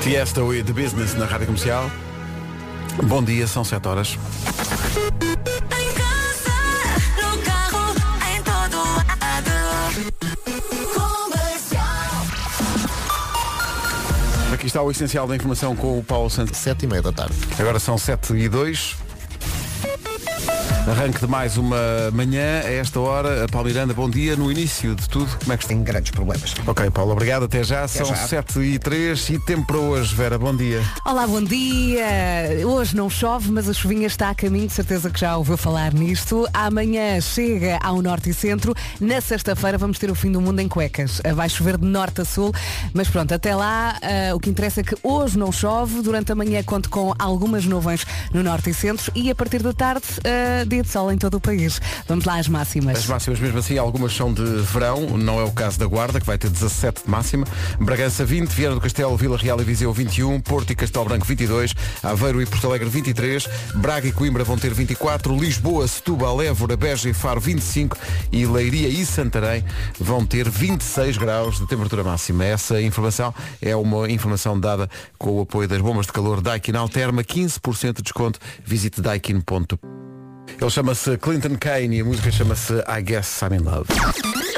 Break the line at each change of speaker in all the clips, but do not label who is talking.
Tiesto e The Business na Rádio Comercial. Bom dia, são 7 horas.
Em casa, no carro, em todo lado. Comercial.
Aqui está o essencial da informação com o Paulo Santos.
Sete e meia da tarde.
Agora são 7 e 2. Arranque de mais uma manhã, a esta hora, a Paulo Miranda, bom dia, no início de tudo, como é que está?
Tem grandes problemas.
Ok, Paulo, obrigado, até já, são
já.
7 e 3 e tempo para hoje, Vera, bom dia.
Olá, bom dia! Hoje não chove, mas a chuvinha está a caminho, de certeza que já ouviu falar nisto. Amanhã chega ao norte e centro. Na sexta-feira vamos ter o fim do mundo em cuecas. Vai chover de norte a sul, mas pronto, até lá ah, o que interessa é que hoje não chove. Durante a manhã conto com algumas nuvens no norte e centro e a partir da tarde ah, dia de sol em todo o país. Vamos lá às máximas.
As máximas mesmo assim, algumas são de verão, não é o caso da Guarda, que vai ter 17 de máxima. Bragança 20, Vieira do Castelo, Vila Real e Viseu 21, Porto e Castelo Branco 22, Aveiro e Porto Alegre 23, Braga e Coimbra vão ter 24, Lisboa, Setúbal, Évora, Beja e Faro 25 e Leiria e Santarém vão ter 26 graus de temperatura máxima. Essa informação é uma informação dada com o apoio das bombas de calor Daikin Alterma, 15% de desconto. Visite daikin.com. Ele chama-se Clinton Kane e a música chama-se I Guess I'm in Love.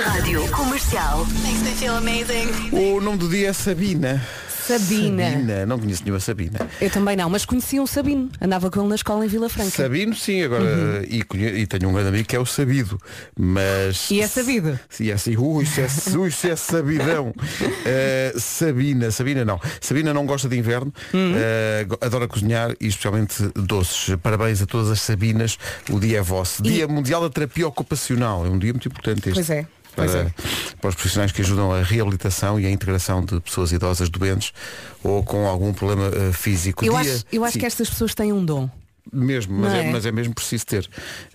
Rádio Comercial. Makes me feel amazing.
O nome do dia é Sabina.
Sabina.
Sabina, não conheço nenhuma Sabina.
Eu também não, mas conheci um Sabino. Andava com ele na escola em Vila Franca. Uhum.
Sabino sim, agora e, conhe- e tenho um grande amigo que é o Sabido, mas
E é sabido?
Sim, é assim, ui, isso é, ui, isso é sabidão. Uh, Sabina, Sabina não. Sabina não gosta de inverno,
Hum.
uh, go- adora cozinhar e especialmente doces. Parabéns a todas as Sabinas, o dia é vosso. Dia Mundial da Terapia Ocupacional, é um dia muito importante este.
Pois é,
Para,
pois é.
para os profissionais que ajudam a reabilitação e a integração de pessoas idosas doentes ou com algum problema uh, físico.
Eu
Dia-
acho, eu acho
Sim,
que estas pessoas têm um dom.
mesmo, mas
Não
é?
é?
mas é mesmo preciso ter.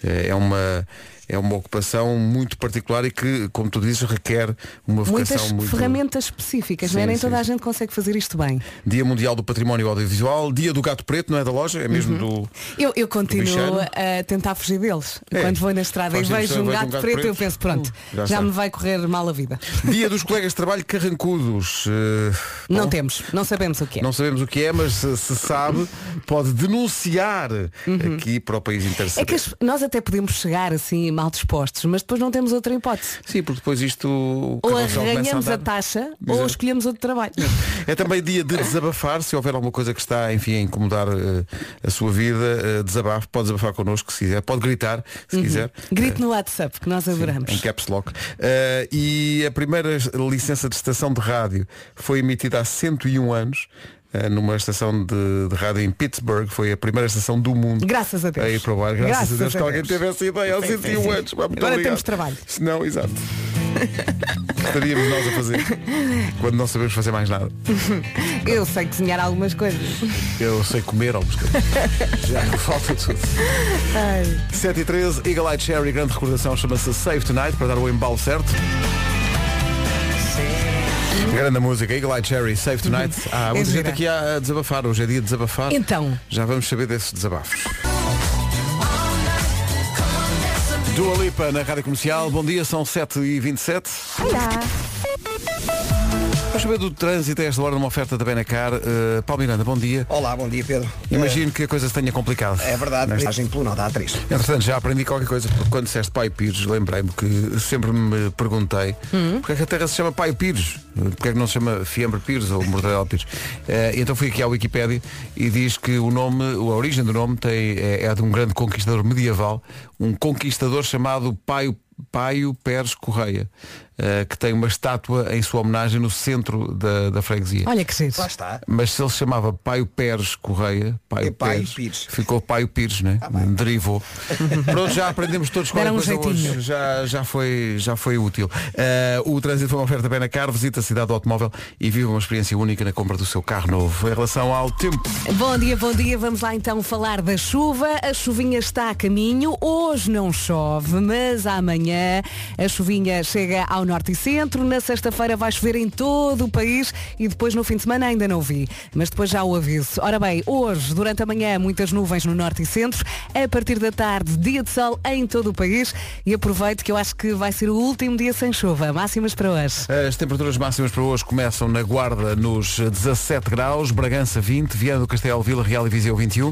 Eh, É uma é uma ocupação muito particular e que, como tu dizes, requer uma vocação
Muitas
muito
ferramentas específicas,
Sim,
não é? Nem
sim,
toda a
sim.
gente consegue fazer isto bem.
Dia Mundial do Património Audiovisual, Dia do Gato Preto, não é da loja, é mesmo
Uhum.
do
Eu,
bicheiro?
eu continuo a tentar fugir deles.
É.
Quando vou na estrada e
Faz
vejo
impressão,
um
vejo
gato, preto, eu penso, pronto,
Uh, já
já,
está.
me vai correr mal a vida.
Dia dos Colegas de Trabalho Carrancudos. Eh,
Não
bom,
temos, não sabemos o que é.
Não sabemos o que é, mas se, se sabe, pode denunciar aqui para o país inteiro.
Uhum. É que as- nós até podemos chegar assim mal dispostos, mas depois não temos outra hipótese.
Sim, porque depois isto. o
Ou
carrossel começa a
arranhamos a
andar.
taxa ou
Exato.
escolhemos outro trabalho.
É também dia de desabafar, se houver alguma coisa que está, enfim, a incomodar eh, a sua vida, eh, desabafe, pode desabafar connosco se quiser, pode gritar se quiser. Eh,
Grito Uhum. no WhatsApp, que nós adoramos.
Em caps lock. Eh, e a primeira licença de estação de rádio foi emitida há 101 anos, eh, numa estação de, de rádio em Pittsburgh, foi a primeira estação do mundo.
Graças a Deus.
A ir para o ar, graças, a Deus que alguém teve essa ideia há
Sim, sim,
101
sim.
anos. Pá, muito
Agora
obrigado.
temos trabalho.
Se não, exato. Estaríamos nós a fazer quando não sabemos fazer mais nada.
Eu sei cozinhar algumas coisas.
Eu sei comer ao pescado. Já me falta tudo. 7 e 13, Eagle Eye Cherry, grande recordação, chama-se Save Tonight, para dar o embalo certo. Grande música, Eagle Eye Cherry, Save Tonight. Há muita
gira.
gente aqui a a desabafar, hoje é dia de desabafar.
Então.
Já vamos saber desses desabafos. Dua Lipa na Rádio Comercial, bom dia, são 7h27. Vamos saber do trânsito a esta hora numa oferta da Benacar. Uh, Paulo Miranda, bom dia.
Olá, bom dia, Pedro.
Imagino que a coisa se tenha complicado.
É verdade, viagem pelo Nó da A3.
Entretanto, já aprendi qualquer coisa, porque quando disseste Pai Pires, lembrei-me que sempre me perguntei porque é que a terra se chama Pai Pires, porque é que não se chama Fiambre Pires ou Mortadela Pires. Eh, então fui aqui à Wikipédia e diz que o nome, a origem do nome tem, é, é de um grande conquistador medieval, um conquistador chamado Paio, Paio Pérez Correia, eh, que tem uma estátua em sua homenagem no centro da, da freguesia.
Olha que giro.
Lá está.
Mas se ele se chamava Paio Pérez Correia, Paio,
É Paio
Pérez,
Pires. Ah,
ficou Paio Pires, né? Derivou. Pronto, já aprendemos todos qual é a
Deram um
coisa
jeitinho.
hoje. Já, já, foi, já foi útil. Eh, o trânsito foi uma oferta bem na cara, visita a cidade do automóvel e viva uma experiência única na compra do seu carro novo. Em relação ao tempo,
Bom dia, bom dia. Vamos lá então falar da chuva. A chuvinha está a caminho. Hoje não chove, mas amanhã amanhã a chuvinha chega ao norte e centro. Na sexta-feira vai chover em todo o país e depois no fim de semana ainda não vi. Mas depois já o aviso. Ora bem, hoje, durante a manhã, muitas nuvens no norte e centro. A partir da tarde, dia de sol em todo o país. E aproveito que eu acho que vai ser o último dia sem chuva. Máximas para hoje.
As temperaturas máximas para hoje começam na Guarda nos 17 graus, Bragança 20, Viana do Castelo, Vila Real e Viseu 21,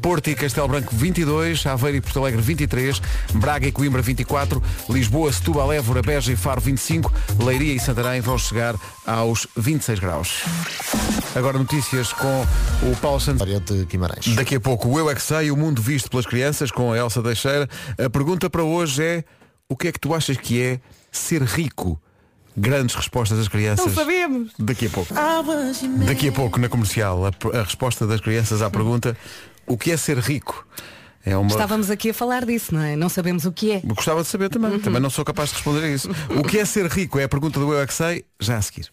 Porto e Castelo Branco 22, Aveiro e Porto Alegre 23, Braga e Coimbra 24, Lisboa, Setúbal, Évora, Beja e Faro 25, Leiria e Santarém vão chegar aos 26 graus. Agora notícias com o Paulo Santos.
de Guimarães.
Daqui a pouco o Eu É Que Sei, o mundo visto pelas crianças, com a Elsa Teixeira. A pergunta para hoje é, o que é que tu achas que é ser rico? Grandes respostas das crianças.
Não sabemos.
Daqui a pouco. Daqui a pouco, na comercial, a, a resposta das crianças à pergunta, o que é ser rico? É uma...
Estávamos aqui a falar disso, não é? Não sabemos o que é.
Gostava de saber também. Também não sou capaz de responder a isso. O que é ser rico? É a pergunta do Eu é que sei, já a seguir.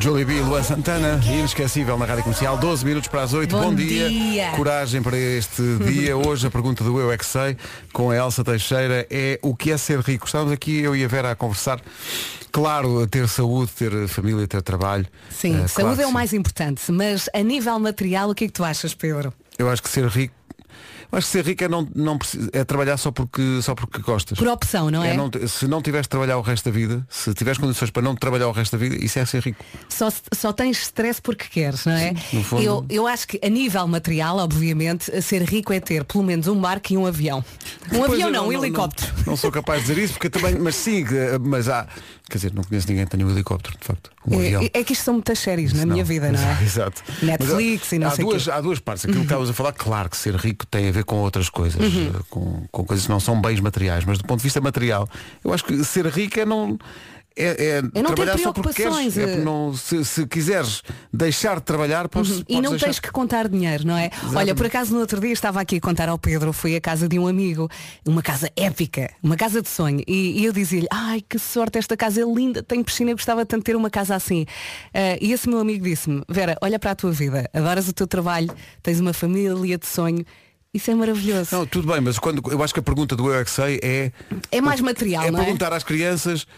Jolie B, Luan Santana, inesquecível na Rádio Comercial, 12 minutos para as 8, bom,
Bom
dia.
dia.
Coragem para este dia. Hoje a pergunta do Eu é que sei, com a Elsa Teixeira, é o que é ser rico? Estávamos aqui, eu e a Vera, a conversar. Claro, ter saúde, ter família, ter trabalho.
Sim,
Eh,
saúde
claro que
é o
sim.
mais importante, mas a nível material, o que é que tu achas, Pedro?
Eu acho que ser rico. Eu acho que ser rico é, não, não, preci- é trabalhar só porque, só porque gostas.
Por opção, não é?
É não te- se não tiveres de trabalhar o resto da vida, se tiveres condições para não trabalhar o resto da vida, isso é ser rico.
Só, se- só tens stress porque queres, não é?
no fundo.
Eu, eu acho que a nível material, obviamente, ser rico é ter pelo menos um barco e um avião. Um
Pois,
avião
eu
não, um helicóptero.
Não, não sou capaz de dizer isso, porque eu também, mas sim, que- mas há, quer dizer, não conheço ninguém que tenha um helicóptero, de facto. Um avião.
É, é que isto são muitas séries na minha vida, não é?
Exato.
Netflix
Mas,
e não
há
sei o
duas,
quê.
Há duas partes. Aquilo que estavas a falar, claro que ser rico tem a ver com outras coisas,
Uhum.
eh, com, com coisas que não são bens materiais, mas do ponto de vista material, eu acho que ser rico é não. É, é
É não ter
trabalhar só porque
preocupações,
queres, é porque
eh.
não, se, se quiseres deixar de trabalhar, podes,
Uhum. E
podes
não
deixar.
tens que contar dinheiro, não é? Olha, por acaso no outro dia estava aqui a contar ao Pedro, fui à casa de um amigo, uma casa épica, uma casa de sonho. E, e eu dizia-lhe, ai que sorte, esta casa é linda, tenho piscina, eu gostava tanto de ter uma casa assim. Ah, e esse meu amigo disse-me, Vera, olha para a tua vida, adoras o teu trabalho, tens uma família de sonho, isso é maravilhoso.
Não, tudo bem, mas quando, eu acho que a pergunta do Eu é que sei é.
É mais material,
é
não é?
perguntar às crianças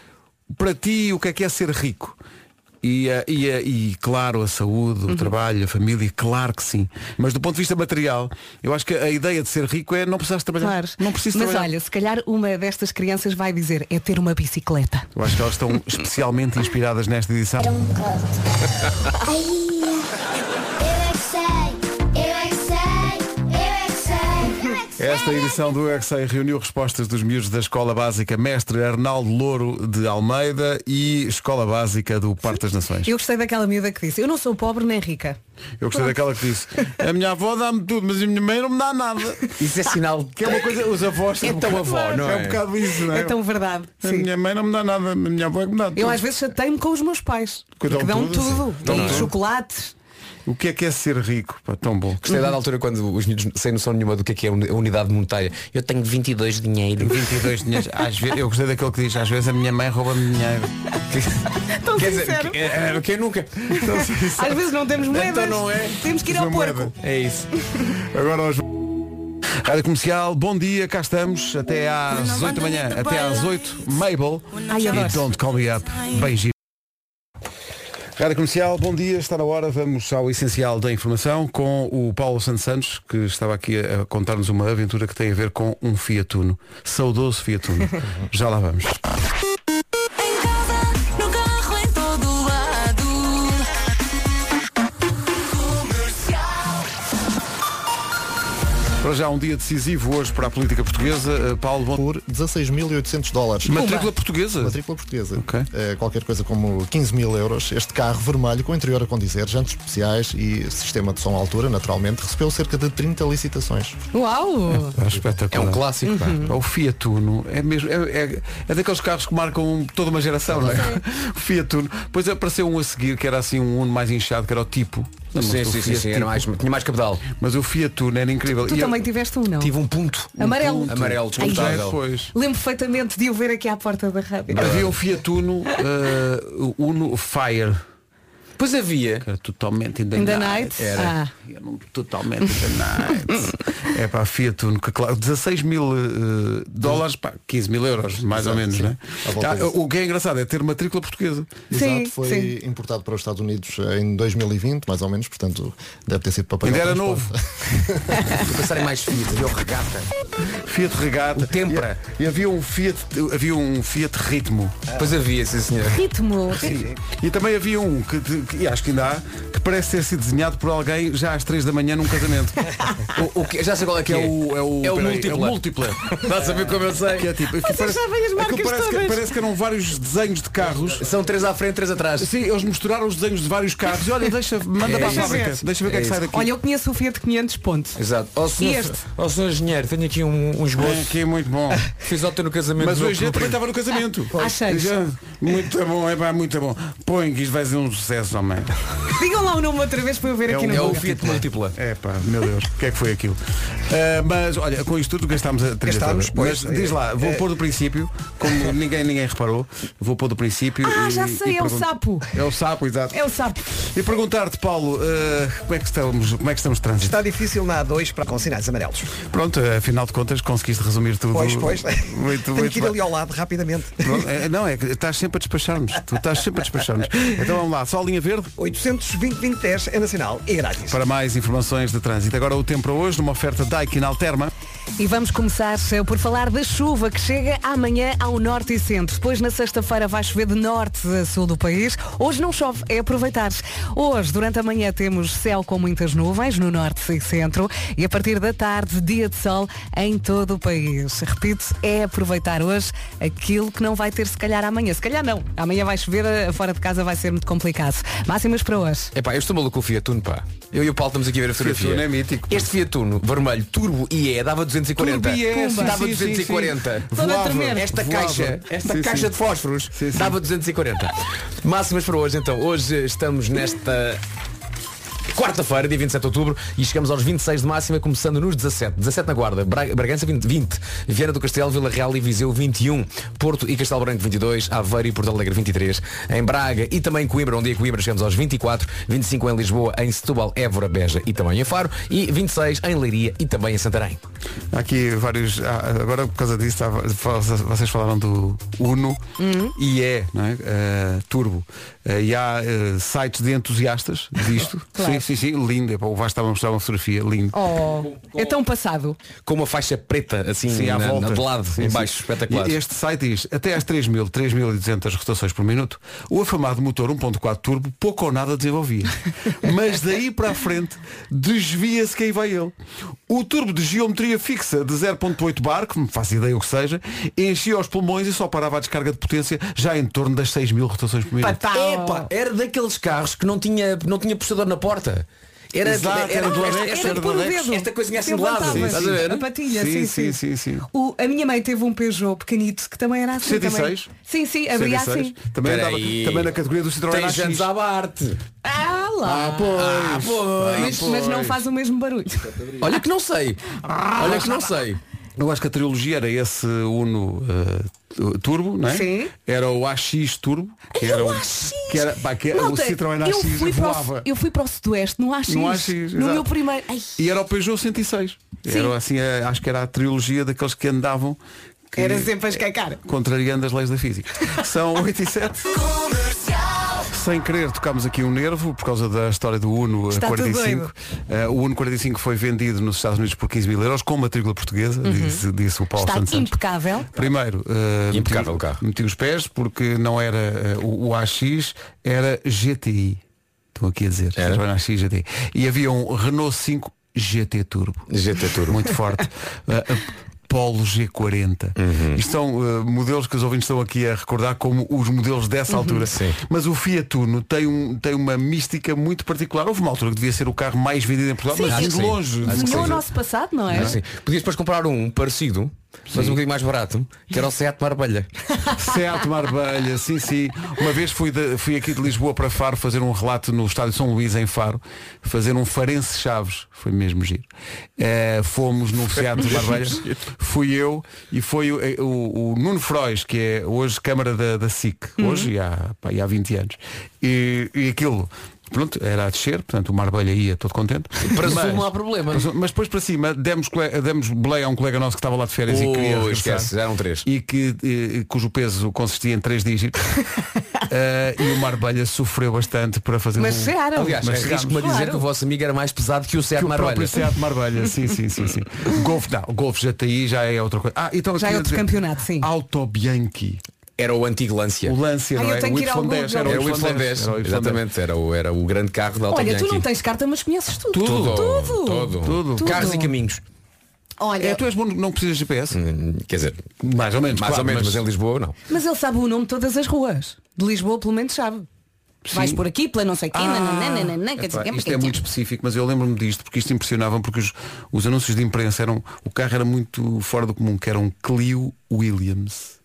para ti o que é que é ser rico. E, eh, e, eh, e, claro, a saúde,
Uhum.
o trabalho, a família, claro que sim. Mas do ponto de vista material, eu acho que a ideia de ser rico é não precisares trabalhar.
Claro.
Não precisas
Mas
trabalhar.
olha, se calhar uma destas crianças vai dizer, é ter uma bicicleta.
Eu acho que elas estão especialmente inspiradas nesta edição. Esta edição do UXA reuniu respostas dos miúdos da Escola Básica Mestre Arnaldo Louro de Almeida e Escola Básica do Parque das Nações.
Eu gostei daquela miúda que disse, eu não sou pobre nem rica.
Eu gostei daquela que disse, a minha avó dá-me tudo, mas a minha mãe não me dá nada.
Isso é sinal
Que é uma coisa, os avós são um
Então,
bocado-
avó, não
É um
é?
bocado isso, não é?
É tão verdade.
a
Sim.
minha mãe não me dá nada, a minha avó é que me dá.
Eu
tudo.
às vezes chatei-me com os meus pais.
Que
Que
dão
dão,
tudo,
tudo.
sim. Dão
e
tudo.
chocolates.
O que é que é ser rico? Pá, tão bom.
Gostei da altura quando os miúdos sem noção nenhuma do que é que é a unidade monetária. Eu tenho 22 dinheiro.
22 dinheiros. Às vezes, eu gostei daquele que diz, às vezes a minha mãe rouba-me dinheiro.
Tão
Quer dizer,
sincero.
que- é, é, quem nunca?
Então,
Às vezes não temos moedas.
Então não é.
Temos que ir ao
Uma moeda.
porco.
É isso.
Agora hoje. Rádio Comercial, bom dia, cá estamos, até às 8 da manhã, até às 8, Mabel
Ai, adoro.
e
Então.
Don't Call Me Up, beijinho. Rádio Comercial, bom dia, está na hora, vamos ao essencial da informação com o Paulo Santos Santos, que estava aqui a a contar-nos uma aventura que tem a ver com um Fiat Uno, saudoso Fiat Uno. Já lá vamos.
Em casa, no carro, em todo lado.
Para já um dia decisivo hoje para a política portuguesa, Eh, Paulo, bom...
por 16.800 dólares.
matrícula portuguesa.
Matrícula portuguesa.
Ok.
Eh, qualquer coisa como 15 mil euros. Este carro vermelho, com interior a condizer, jantes especiais e sistema de som à altura, naturalmente, recebeu cerca de 30 licitações.
Uau!
É espetacular.
É um clássico. pá.
O Fiat Uno é mesmo é, é, é daqueles carros que marcam toda uma geração, não é? O Fiat Uno. Depois apareceu um a seguir que era assim um Uno mais inchado, que era o tipo.
Sim,
Lembram-se do
sim, sim,
Fiat
sim.
Tipo?
Era mais, tinha mais capital.
Mas o Fiat Uno era incrível.
Tu
E eu-
também tiveste um, não?
Tive um ponto.
Amarelo.
Amarelo,
Já é
desconfortável.
depois.
Lembro perfeitamente de o ver aqui à porta da rádio.
Havia um Fiat Uno, eh, Uno Fire.
Pois havia.
Era totalmente in the,
In the
night.
night?
Era.
Ah.
Era um totalmente in the night. é para a Fiat Uno, que claro, 16 mil eh, dólares, pá, 15 mil euros, mais ou
Exato,
menos,
sim.
né?
À volta
Ah,
disso.
o que é engraçado é ter matrícula portuguesa.
Sim,
Exato, foi
sim.
importado para os Estados Unidos eh, em 2020, mais ou menos, portanto deve ter sido papel.
Ainda era novo.
Para passarem mais filhos, eu regata.
Fiat Regata.
O Tempra.
E, e havia um Fiat, havia um Fiat Ritmo.
Pois havia, sim senhor.
Ritmo.
assim.
E também havia um que, de- que- e acho que ainda há, que parece ter sido desenhado por alguém já às 3 da manhã num casamento.
O, o que, já sei qual é que
Que
é.
é o, é o,
é o
peraí,
múltipla.
É o múltipla.
Dá a saber como eu sei.
Que é tipo, que parece,
sabem as
aquilo
marcas
parece, que,
todas.
parece que eram vários desenhos de carros.
São três à frente, três atrás.
Sim, eles misturaram os desenhos de vários carros. E olha, deixa, manda
É
para a
isso.
fábrica. Deixa ver o que é que sai daqui.
Olha, eu conheço o Fiat 500 pontos.
Exato. Ó senhor,
este?
ó, senhor engenheiro, tenho aqui um, um
É,
esboço.
que é muito bom.
Fiz ontem no casamento.
Mas
do meu
hoje é eu também estava no casamento.
Às seis.
Já- Muito bom, é pá, muito bom. Põe que isto vai ser um sucesso, homem.
Digam lá o nome outra vez para eu ver aqui
um-
no
É o
Google.
Fiat múltipla.
É pá, meu Deus, o que é que foi aquilo? Ah, mas olha, com isto tudo gastámos a trilha
Gastámos,
toda.
pois, é.
Mas diz lá, vou pôr do princípio, como ninguém, ninguém reparou, vou pôr do princípio.
Ah,
e-
já
e
sei, é o
pergunto-
sapo.
É o sapo, exato.
É o sapo.
E perguntar-te, Paulo, ah, como é que estamos, como é que estamos de trânsito?
Está difícil na A2 para com sinais amarelos.
Pronto, afinal de contas conseguiste resumir tudo.
Pois, pois.
Muito,
Tenho
muito
que ir
bem.
ali ao lado rapidamente.
Pronto, é- Não, é que estás sempre a despachar-nos. Tu estás sempre a despachar-nos. Então vamos lá, só a linha verde.
820-2010 é nacional e grátis.
Para mais informações de trânsito. Agora o tempo para hoje, numa oferta Daikin Alterma.
E vamos começar eh, por falar da chuva que chega amanhã ao norte e centro. Depois, na sexta-feira, vai chover de norte a sul do país. Hoje não chove, é aproveitar. Hoje, durante a manhã, temos céu com muitas nuvens no norte e centro. E a partir da tarde, dia de sol em todo o país. Repito, é aproveitar hoje aquilo que não vai ter, se calhar, amanhã. Se calhar não. Amanhã vai chover, eh, fora de casa vai ser muito complicado. Máximas para hoje.
É pá, eu estou maluco com o Fiat Uno, pá. Eu e o Paulo estamos aqui a ver a fotografia.
Fiat Uno é mítico, pá.
Este Fiat Uno, vermelho, turbo IE, dava 240.
Turbo IE,
Pumba.
sim,
dava
sim, sim,
240.
sim. Toda a
Voava.
tremer.
Esta
Voava.
caixa, esta
Sim,
caixa
sim.
de fósforos,
Sim, sim.
dava 240. Máximas para hoje, então. Hoje estamos nesta Quarta-feira, dia 27 de outubro, e chegamos aos 26 de máxima, começando nos 17. 17 na Guarda, Bra- Bragança 20, 20, Viana do Castelo, Vila Real e Viseu 21, Porto e Castelo Branco 22, Aveiro e Porto Alegre 23, em Braga e também Coimbra, onde em Coimbra chegamos aos 24, 25 em Lisboa, em Setúbal, Évora, Beja e também em Faro, e 26 em Leiria e também em Santarém.
Há aqui vários. há- Agora por causa disso, há- fa- vocês falaram do Uno
Uhum.
e é, não é? Eh, turbo. Eh, e há eh, sites de entusiastas disto.
Claro.
Sim, sim, sim, lindo. É Epá, O Vasco estava a mostrar uma fotografia, lindo.
Oh, é tão passado.
Com uma faixa preta, assim,
Sim, à
na-
volta.
na- de lado,
Sim,
em
sim.
baixo, espetacular.
E Este site diz até às 3.000, 3.200 rotações por minuto, o afamado motor 1.4 turbo pouco ou nada desenvolvia. Mas daí para a frente desvia-se quem vai ele. O turbo de geometria fixa de 0.8 bar, que me faço ideia o que seja, enchia os pulmões e só parava a descarga de potência já em torno das 6.000 rotações por minuto.
Patá.
Epá, era daqueles carros que não tinha, não tinha puxador na porta. Era,
Exato, era do
esta-
Alex,
esta-
era do
Pôr o
Alex.
dedo.
Esta coisinha assim de lado.
Levantava-se.
Sim, sim.
Estás a ver?
A patilha,
Sim,
sim,
sim,
sim.
sim, sim.
O- a minha mãe teve um Peugeot pequenito que também era assim
106?
também. Sim, sim, abria assim.
Também,
Espera
andava-
aí.
também na categoria do Citroën
Tens
AX.
anos à Barte.
Ah lá!
pois. Ah,
pois.
mas, mas não faz o mesmo barulho.
Olha que não sei. Olha que não sei.
Eu acho que a trilogia era esse Uno eh, Turbo, não é?
Sim.
Era o AX Turbo, que era o, que era, pá, que era
Malta,
É, o Citroën
eu
AX
fui, para
voava.
o, eu fui para o Sudoeste, no AX.
No AX, exato.
no meu primeiro. Ai,
E era o Peugeot 106.
Sim.
Era assim, a- acho que era a trilogia daqueles que andavam que-
era sempre a escacar.
contrariando as leis da física. São 8 e 7. Sem querer tocámos aqui um nervo por causa da história do Uno eh,
Está tudo
45.
doido.
Eh, o Uno 45 foi vendido nos Estados Unidos por 15 mil euros com matrícula portuguesa, disse, disse o Paulo
Uhum. Está
Santos. Santos.
impecável.
Primeiro, eh,
Impecável
meti-
o carro.
Meti os pés porque não era eh, o, o AX, era GTI. Estão aqui a dizer.
Era?
Citroën AX GTI. E havia um Renault 5 GT Turbo.
GT Turbo.
Muito forte. Eh, eh, Polo G40.
Uhum.
Isto são eh, modelos que os ouvintes estão aqui a recordar como os modelos dessa altura.
Uhum. Sim.
Mas o Fiat Uno tem, um, tem uma mística muito particular. Houve uma altura que devia ser o carro mais vendido em Portugal,
Sim,
mas
acho
vindo
que sim.
longe.
Acho que
Desenhou o
sim.
nosso passado, não é?
Assim, podias depois comprar um parecido mas um bocadinho mais barato, que era o Seat Marbelha.
Seat Marbelha, sim, sim. Uma vez fui, de- fui aqui de Lisboa para Faro fazer um relato no estádio São Luís, em Faro, fazer um Farense Chaves, foi mesmo giro. Eh, fomos no Seat Marbelha, fui eu e foi o, eh, o- o Nuno Frois, que é hoje Câmara da, da SIC, hoje e há, pá, e há 20 anos. E, e aquilo. Pronto, era a descer, portanto o Marbelha ia todo contente.
Para sul
Mas-
não é? há problema.
Mas, mas depois para cima demos, cole- demos boleia a um colega nosso que estava lá de férias e
Oh,
queria regressar
esquece, já eram três.
e que, eh, cujo peso consistia em três dígitos. Eh, e o Marbelha sofreu bastante para fazer
Mas
um...
chegaram.
Aliás,
Mas
arrisco-me a
chegámos.
dizer
Claro.
que o vosso amigo era mais pesado que o Seat
que o
Marbelha.
próprio Seat Marbelha, sim, sim, sim, sim. Golf, não, Golf Jataí já é outra coisa. Ah, então
Já é
queria
outro
dizer,
campeonato, sim.
Auto Bianchi,
Era o antigo Lancia.
o Lancia,
Ah,
não
eu
é?
tenho
O
que ir
Y10,
ao Google.
era
Era É o
Y10.
Y10.
Era o Y10.
Exatamente, era o, era o grande carro da Alta
Olha, tu
Bianchi.
não tens carta, mas conheces tudo.
Tudo.
Tudo.
Todo.
Tudo.
Carros e caminhos.
É,
Olha,
tu és bom, não precisas de GPS?
Hum, Quer dizer,
Mais ou menos,
mais
claro,
ou menos, mas... é um em Lisboa não.
Mas ele sabe o nome de todas as ruas. De Lisboa, pelo menos, sabe. Vais por aqui, pela não sei quem, nananana, quer dizer,
Epá,
quem,
isto
quem,
Ah, é
quem.
muito específico, mas eu lembro-me disto porque isto impressionava porque os, os anúncios de imprensa eram o carro era muito fora do comum, que era um Clio Williams.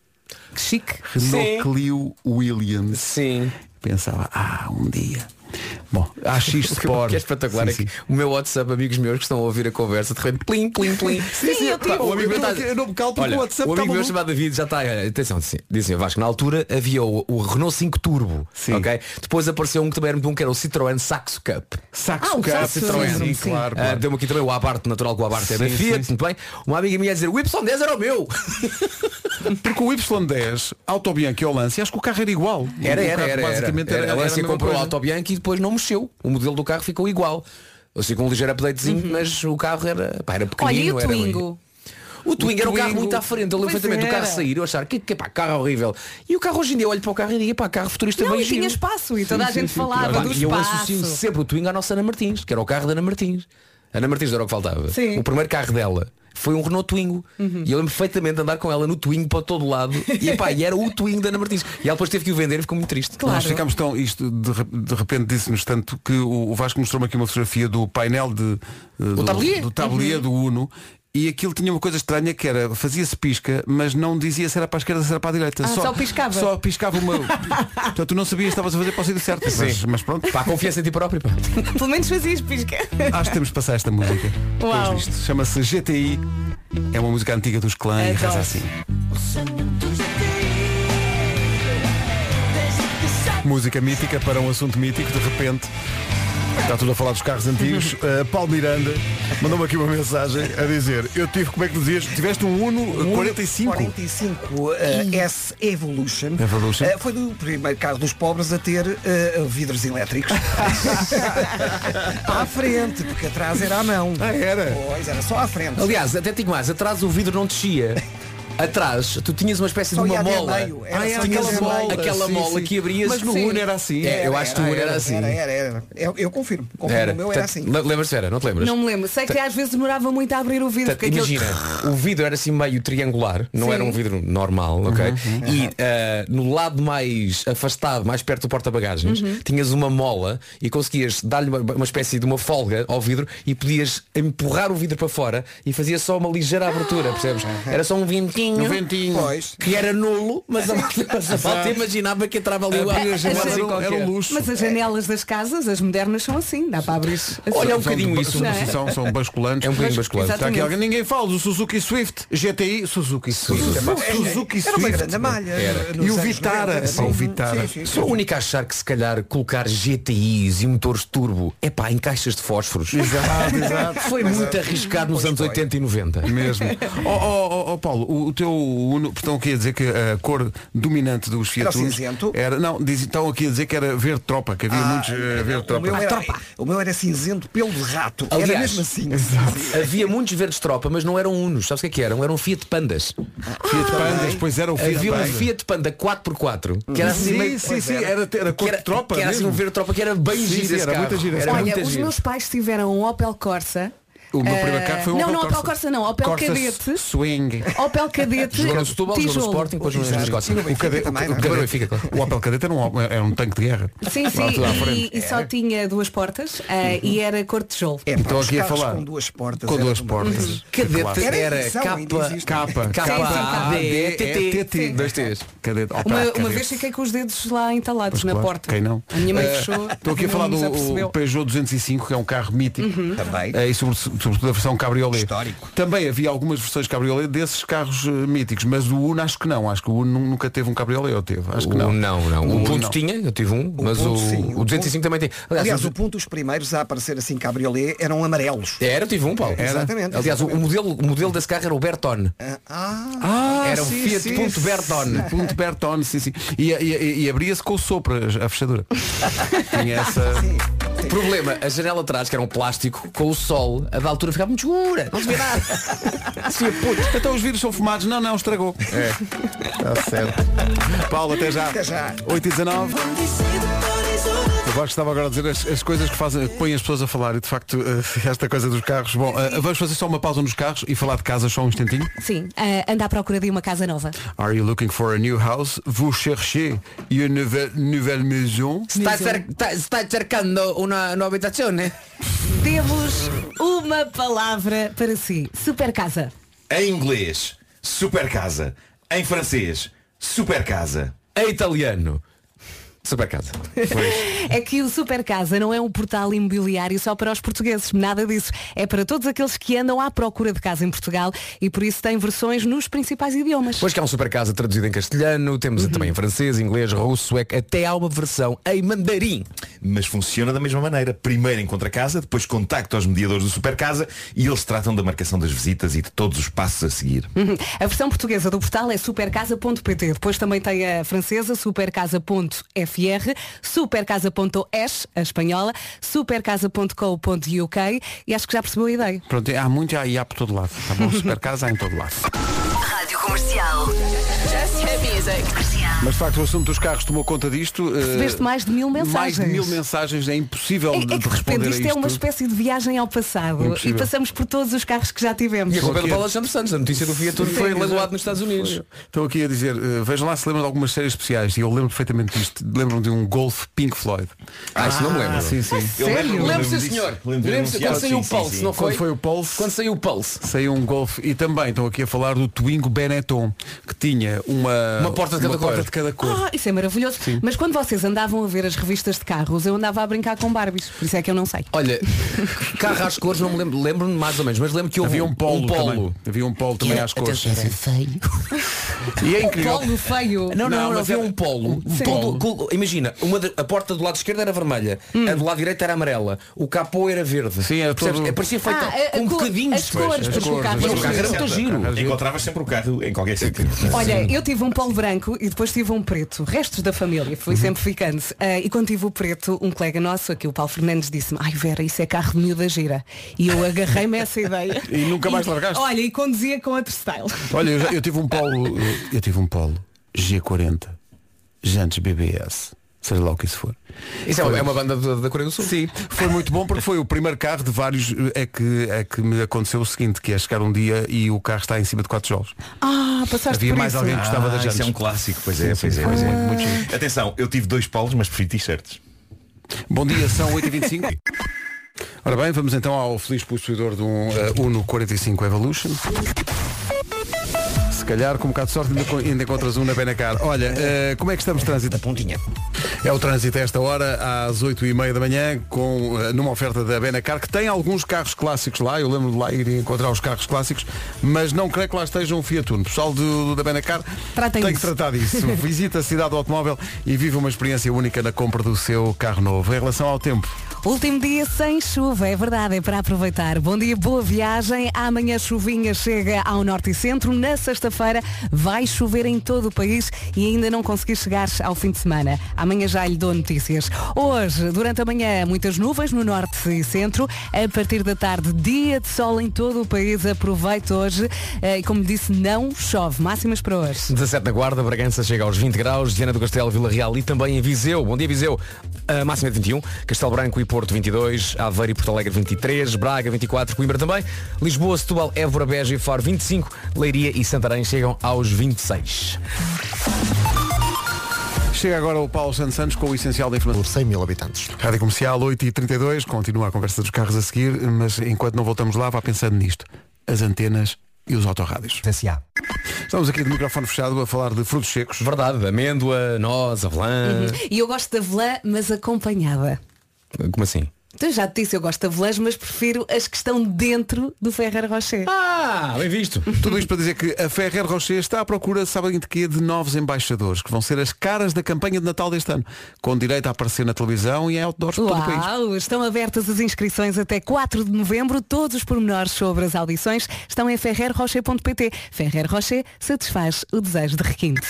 Que chique.
Renault
Sim.
Clio Williams.
Sim.
Pensava, ah, um dia. Bom, AX
O
Sport.
que é espetacular
Sim,
é que
sim.
o meu WhatsApp, amigos meus que estão a ouvir a conversa, de repente, plim, plim, plim.
Sim, eu
Pá,
tive.
o amigo
Eu
meu
não-
tá-
eu não me calo porque
Olha,
o WhatsApp
o
tá
amigo meu
maluco.
chamado David já está, olha, atenção, dizem, dizem Vasco, na altura havia o, o Renault 5 Turbo,
Sim.
ok? Depois apareceu um que também era muito bom, que era o Citroën Saxo Cup.
Saxo
Ah, o
Cup,
Saxo,
Citroën,
sim,
sim,
sim.
claro.
Ah,
claro.
Deu-me aqui também o Abarth, natural que o Abarth é da
Sim,
Fiat,
sim.
muito bem. Uma amiga minha a dizer, o Y10 era o meu.
Porque o Y10, Auto Bianchi ao lance, acho que o carro era igual.
Era,
O
era,
carro
era.
Basicamente
era,
era,
era,
era
Ela se
a mesma
comprou o
coisa.
Auto Bianchi e depois não mexeu. O modelo do carro ficou igual. Eu sei com um ligeiro updatezinho,
Uhum.
mas o carro era, pá, era
Olha, e
pequenino.
o
era-
Twingo?
O Twingo era um carro
Twingo.
muito à frente. Eu lembro
Pois
perfeitamente do carro
era.
sair, eu achar que, que pá, carro horrível. E o carro hoje em dia, eu olho para o carro e digo, pá, carro futurista
Não,
bem
e tinha
giro.
espaço e toda a gente falava
Pá,
do
e eu associo
espaço.
sempre o Twingo à nossa Ana Martins, que era o carro da Ana Martins. A Ana Martins era o que faltava.
Sim.
O primeiro carro dela foi um Renault Twingo. E eu lembro perfeitamente de andar com ela no Twingo para todo lado. E, pá, e era o Twingo da Ana Martins. E ela depois teve que o vender e ficou muito triste.
Nós ficámos tão, isto de, re- de repente disse-nos tanto que o o Vasco mostrou-me aqui uma fotografia do painel de, eh, do,
tablier.
do tablier
Uhum.
do Uno e aquilo tinha uma coisa estranha que era, fazia-se pisca, mas não dizia se era para a esquerda, se era para a direita.
Ah, só piscava.
Só piscava uma. Portanto, tu não sabias que estavas a fazer para o sítio certo. Mas, mas pronto,
Pá, confiança em ti próprio, pá.
Pelo menos fazias pisca.
acho que temos de passar esta música.
Uau.
Depois disto. Chama-se GTI. É uma música antiga dos clãs e
Adoro.
reza assim. Música mítica para um assunto mítico, de repente. Está tudo a falar dos carros antigos. Uh, Paulo Miranda mandou-me aqui uma mensagem a dizer, eu tive, como é que dizias? Tiveste um Uno uh, 45?
45 uh, S Evolution.
Evolution.
Uh, foi o primeiro carro dos pobres a ter uh, vidros elétricos. à frente, porque atrás era à mão.
Ah, era?
Pois, era só à frente.
Aliás, até digo mais, atrás o vidro não descia. Atrás, tu tinhas uma espécie
Só
de
ia
uma
até
mola.
meio. Era só
aquela
ia até
mola,
meio.
aquela
Sim,
mola
sim.
que abrias.
Mas no
Sim.
Uno era assim.
É, eu acho que o Uno era assim.
Era, era, era. Eu, eu confirmo. confirmo. O meu era
Portanto,
assim.
le- Lembras-te, era? Não te lembras?
Não me lembro. Sei que às vezes demorava muito a abrir o vidro.
Portanto,
porque aquilo-
tá- imagina, o vidro era assim meio triangular, não
Sim. Uhum,
era um vidro normal, ok? E ah, no lado mais afastado, mais perto do porta-bagagens,
Uhum.
tinhas uma mola e conseguias dar-lhe uma, uma espécie de uma folga ao vidro e podias empurrar o vidro para fora e fazia só uma ligeira abertura, percebes?
Ah.
Era só um ventinho.
Um ventinho.
Pois.
Que era nulo, mas a malta, mas a malta imaginava que entrava ali o ar. assim
Abrias,
Era
era, um-
qualquer.
era um luxo.
Mas é as janelas das casas, as modernas, são assim. Dá para abrir. Assim.
Olha, é um
São
bocadinho
de-
isso.
São,
Não é?
são, são basculantes.
É um bocadinho
Mas-
basculante.
Está aqui
Exatamente.
alguém, ninguém fala do Suzuki Swift, GTI, Suzuki Swift. É Suzuki
assim. Era uma
Swift.
grande malha. eh,
Era.
nos
E o
anos
Vitara.
90.
Sim, o Vitara.
Sim, sim.
Sou a única a achar que se calhar colocar GTIs e motores turbo é pá, em caixas de fósforos.
Exato, exato.
Foi muito arriscado nos anos 80 e 90.
Mesmo. Ó oh, Paulo, o, o teu Uno, estão aqui a dizer que a cor dominante dos Fiat
Era o
Unos
cinzento?
era Não, diz- estão aqui a dizer que era verde tropa, que havia
Ah,
muitos eh, verde
Ah, O
tropa.
meu, era, assim.
tropa.
o meu era cinzento pelo de rato. era
Aliás,
mesmo assim.
Havia muitos verdes tropa, mas não eram unos. Sabes o que é que eram? Eram Fiat Pandas.
Fiat Panda, depois era o Fiat
Havia um
Panda.
Fiat Panda 4x4 que era assim
sim,
meio-
sim, sim, era, era
que
cor
era,
de tropa.
que era assim
mesmo.
um verde tropa que era bem
Sim,
giro
sim,
esse
era
carro.
muito giro esse
Era
carro.
Olha,
muito
os
giro.
meus pais tiveram um Opel Corsa
O meu
Eh,
primeiro carro foi um
não,
Opel
não, Opel
Corsa.
Corsa não, Opel
Corsa
Cadete.
Swing.
Opel Cadete.
Jogou no Setúbal, jogou no
tijolo.
Sporting, depois jogou na
Exato.
Escócia.
E no
O,
Benfica
cadete,
também,
o,
não é?
cadete-
Agora fica, claro.
o Opel Cadete era um, era um tanque de guerra.
Sim,
Lá-
sim,
lá à
e,
frente. É. Uhum.
e só tinha duas portas eh, e era cor de tijolo.
É, pá,
Estou
os
Então, aqui a
carros
falar.
Com duas portas.
é
Com
era
duas
um
uma
portas.
coisa.
Cadete
Era
era
edição, ainda
capa.
existe.
Capa.
Capa.
D,
D,
T, T.
Dois T's.
Cadete. Opel
Uma, uma
Cadete.
vez fiquei com os dedos lá entalados
Pois
na
claro,
porta.
Quem não?
A minha mãe
Eh,
fechou.
Estou aqui a
não
falar do
se apercebeu. Uhum.
o Peugeot 205, que é um carro mítico.
Também.
Uhum.
Eh, e sobre- sobretudo a versão cabriolé.
Histórico.
Também havia algumas versões cabriolé desses carros eh, míticos, mas o Uno acho que não. Acho que o Uno nunca teve um cabriolé, ou teve. Acho que não.
O- não, não. O,
Uno
ponto
não.
tinha, eu tive um, mas
ponto,
o,
sim, o
o 205 também tem.
Aliás, o ponto, os primeiros a aparecer assim cabriolé eram amarelos.
Era, eu tive um, Paulo.
Era? Exatamente,
Aliás, o-
exatamente.
O, modelo, o modelo desse carro era o Bertone.
Ah,
Ah,
Era um
sim,
Fiat
sim,
Punto
sim,
Bertone.
Punto Bertone, sim, sim. E, e- e abria-se com o sopro a a fechadura. tinha essa.
Problema, a janela atrás, que era um plástico, com o sol, a da altura ficava muito escura. Não se vê nada. Se via puto.
Então os vidros são fumados. Não, não, estragou. É. Está
Tá
certo. Paulo, até já.
Até já.
8 e 19 Eu acho que estava agora a dizer as, as coisas que, fazem, que põem as pessoas a falar e de facto eh, esta coisa dos carros. Bom, eh, vamos fazer só uma pausa nos carros e falar de casa só um instantinho.
Sim, eh, anda à procura de uma casa nova.
Are you looking for a new house? Vous cherchez une nouvelle, nouvelle maison?
Está, cer está, Tá, está cercando uma nova habitação, né?
Temos uma palavra para si. Super casa.
Em inglês, super casa. Em francês, super casa.
Em É italiano. Super casa.
É que o Super Casa não é um portal imobiliário só para os portugueses, nada disso. É para todos aqueles que andam à procura de casa em Portugal e por isso tem versões nos principais idiomas.
Pois que há um super casa traduzido em castelhano, temos
Uhum.
também em francês, inglês, russo, sueco, até há uma versão em mandarim.
Mas funciona da mesma maneira. Primeiro encontra casa, depois contacta os mediadores do super casa e eles tratam da marcação das visitas e de todos os passos a seguir.
Uhum. A versão portuguesa do portal é supercasa.pt. Depois também tem a francesa, supercasa.fr, supercasa.es, a espanhola, supercasa.co.uk e acho que já percebeu a ideia.
Pronto, há muito e há por todo lado. Tá bom? Super casa há em todo lado.
Rádio Comercial. Just hit music. Comercial.
Mas de facto o assunto dos carros tomou conta disto. eh,
Recebeste mais de mil
Mais de
mensagens.
mil mensagens, é impossível
É, é
de
que de
responder
repente
a
isto é uma
isto.
espécie de viagem ao passado
Impossível.
e passamos por todos os carros que já tivemos.
E a culpa é do
quê?
Paulo Alexandre Santos, a notícia do Fiat Uno foi
Sim,
leiloado
exato.
nos Estados Unidos.
Estou aqui a dizer, eh, vejam lá se lembram de algumas séries especiais e eu lembro perfeitamente disto. Lembro-me de um Golf Pink Floyd.
Ah, isso não me lembro.
Sim, sim.
Eu lembro-
Sério?
lembro-me
Lembro-se,
disso.
senhor.
Lembro-me de
Lembro-se quando
anunciar,
saiu o
sim, sim,
Pulse,
sim.
não foi?
Quando foi o Pulse?
Quando saiu o Pulse.
Saiu um Golf e também estão aqui a falar do Twingo Benetton, que tinha uma,
Uma porta de cada
uma
cor.
porta de cada cor.
Ah, isso é maravilhoso. Mas quando vocês andavam a ver as revistas de carros, eu andava a brincar com Barbies. Por isso é que eu não sei.
Olha, carro às cores, não me lembro, lembro-me mais ou menos, mas lembro que houve
Havia um polo,
Um polo. É,
também. Havia um polo também às cores.
feio.
E é incrível.
Polo feio.
Não, não,
Não,
não,
mas
havia
era-
um polo.
um
Todo-
polo. Hum.
col- imagina, uma de- a porta do lado esquerdo era vermelha, a do lado direito era amarela, o capô era verde.
Sim, era todo-
Percebes? É, parecia feita
Ah, a- a
com
cor-
bocadinhos.
as cores,
as
para
cores,
colocar.
as
Mas o carro era um
Sempre,
muito giro.
Era um giro.
Encontravas sempre o carro em qualquer sítio.
Olha, eu tive um polo branco e depois tive um preto. Restos da família, fui
Uhum.
sempre ficando. Ah, e quando tive o preto, um colega nosso, aqui o Paulo Fernandes, disse-me, ai Vera, isso é carro de miúda gira. E eu agarrei-me a essa ideia.
E nunca mais largaste?
Olha, e conduzia com outro style.
Olha, eu, já- eu tive um polo, eh, eu tive um polo G40, Jantes BBS, seja lá o que isso for.
Isso é uma, é uma banda da, da Coreia do Sul.
Sim, foi muito bom porque foi o primeiro carro de vários eh, é que, é que me aconteceu o seguinte, que é chegar um dia e o carro está em cima de quatro jogos.
Ah, passaste
Havia
por
mais
isso.
alguém que gostava
Ah,
da Jantes.
isso é um clássico, pois é, pois é, pois é.
Muito giro.
Atenção, eu tive dois polos, mas preferi t-shirts.
Bom dia, são 8h25. Ora bem, vamos então ao feliz possuidor de um eh, Uno 45 Evolution. Se calhar, com um bocado de sorte, ainda, co- ainda encontras um na Benacar. Olha, eh, como é que estamos de trânsito?
pontinha.
É o trânsito a esta hora, às 8h30 da manhã, com, eh, numa oferta da Benacar, que tem alguns carros clássicos lá, eu lembro de lá ir encontrar os carros clássicos, mas não creio que lá esteja um Fiat Uno. O pessoal do, da Benacar
Tratem
tem que
disso.
tratar disso. Visita a cidade do automóvel e vive uma experiência única na compra do seu carro novo. Em relação ao tempo,
Último dia sem chuva, é verdade, é para aproveitar. Bom dia, boa viagem. Amanhã chuvinha chega ao norte e centro. Na sexta-feira vai chover em todo o país e ainda não consegui chegar ao fim de semana. Amanhã já lhe dou notícias. Hoje, durante a manhã, muitas nuvens no norte e centro. A partir da tarde, dia de sol em todo o país. Aproveite hoje eh, e, como disse, não chove. Máximas para hoje.
17 da Guarda, Bragança chega aos 20 graus, Viana do Castelo, Vila Real e também em Viseu. Bom dia, Viseu. A máxima é de 21, Castelo Branco e Porto 22, Aveiro e Porto Alegre 23, Braga 24, Coimbra também, Lisboa, Setúbal, Évora, Beja e Faro 25, Leiria e Santarém chegam aos 26.
Chega agora o Paulo Santos Santos com o essencial da informação.
por 100 mil habitantes.
Rádio Comercial 8h32, continua a conversa dos carros a seguir, mas enquanto não voltamos lá, vá pensando nisto. As antenas e os autorrádios. Estamos aqui de microfone fechado a falar de frutos secos.
Verdade, amêndoa, noz, avelã.
Uhum. E eu gosto de avelã, mas acompanhada.
Como assim?
Tu Então, já te disse, eu gosto de avelãs, mas prefiro as que estão dentro do Ferrer Rocher.
Ah, bem visto.
Tudo isto para dizer que a Ferrer Rocher está à procura, sabem de quê? De novos embaixadores, que vão ser as caras da campanha de Natal deste ano, com direito a aparecer na televisão e em outdoors por todo o país.
Uau, estão abertas as inscrições até 4 de novembro. Todos os pormenores sobre as audições estão em ferrerrocher.pt. Ferrer Rocher satisfaz o desejo de requinte.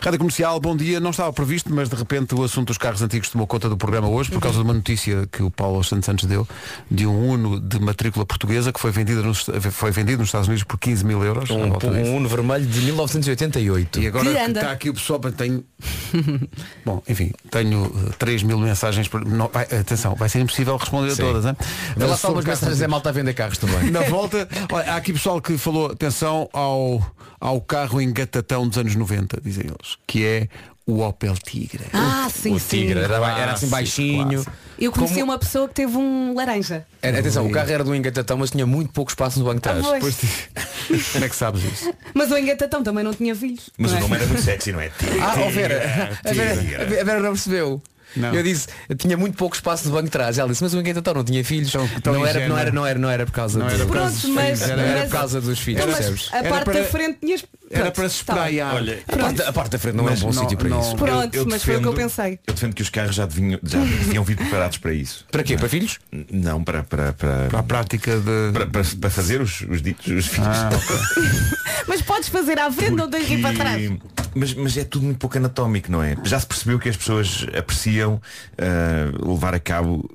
Rádio Comercial, bom dia. Não estava previsto, mas de repente o assunto dos carros antigos tomou conta do programa hoje
Uhum.
por causa de uma notícia que o Paulo Santos Santos deu de um Uno de matrícula portuguesa que foi vendido nos, foi vendido nos Estados Unidos por 15 mil euros. à
Um,
volta disso.
um uno vermelho de 1988.
E agora
Que
que
anda.
está aqui o pessoal, pá, tenho. Bom, enfim, tenho 3 mil mensagens. Por... não, vai- atenção, vai ser impossível responder a
Sim.
todas. Hein?
Vê lá
Mas
só
sobre
umas
carros
mensagens é
antigos.
malta a vender carros também.
Na volta, olha, há aqui pessoal que falou atenção ao, ao carro engatatão dos anos 90, dizem eles, que é o Opel Tigre.
Ah, sim,
o tigre
sim.
era, era assim baixinho.
Eu conheci
Como-
uma pessoa que teve um laranja.
Era- atenção, o carro era do engatatão, mas tinha muito pouco espaço no banco de
Ah,
trás.
pois.
Pois ti- Como é que sabes isso?
Mas o engatatão também não tinha filhos.
Mas
não
o
é?
nome era muito sexy, não é? Tigra,
Ah, ó Vera, a Vera, a Vera- a Vera não percebeu.
Não.
Eu disse, tinha muito pouco espaço no banco de trás. Ela disse, mas o engatatão não tinha filhos.
Tão- tão
não, era, não,
ingênua.
era, não, era, não era por causa
Então, Não
do-
era por causa-
Pronto, mas,
Era-
era
mas-
por causa dos filhos,
Então, mas
percebes?
a
Era
parte
para-
da frente tinhas.
Era
Pronto,
para se
tá bem.
espraiar.
Olha,
A parte, da- a parte da frente não é um
Mas
bom
não-
sítio para
não-
isso.
Pronto, mas foi o que eu pensei.
Eu defendo que os carros já deviam, já deviam vir preparados para isso.
Para quê? Para filhos?
N- Não, para, para, para,
Para a prática de.
para- para- para fazer os, os ditos os filhos.
Ah,
Mas podes fazer à frente ou tens de ir para trás.
Mas, mas é tudo muito pouco anatómico, não é? Já se percebeu que as pessoas apreciam ah, levar a cabo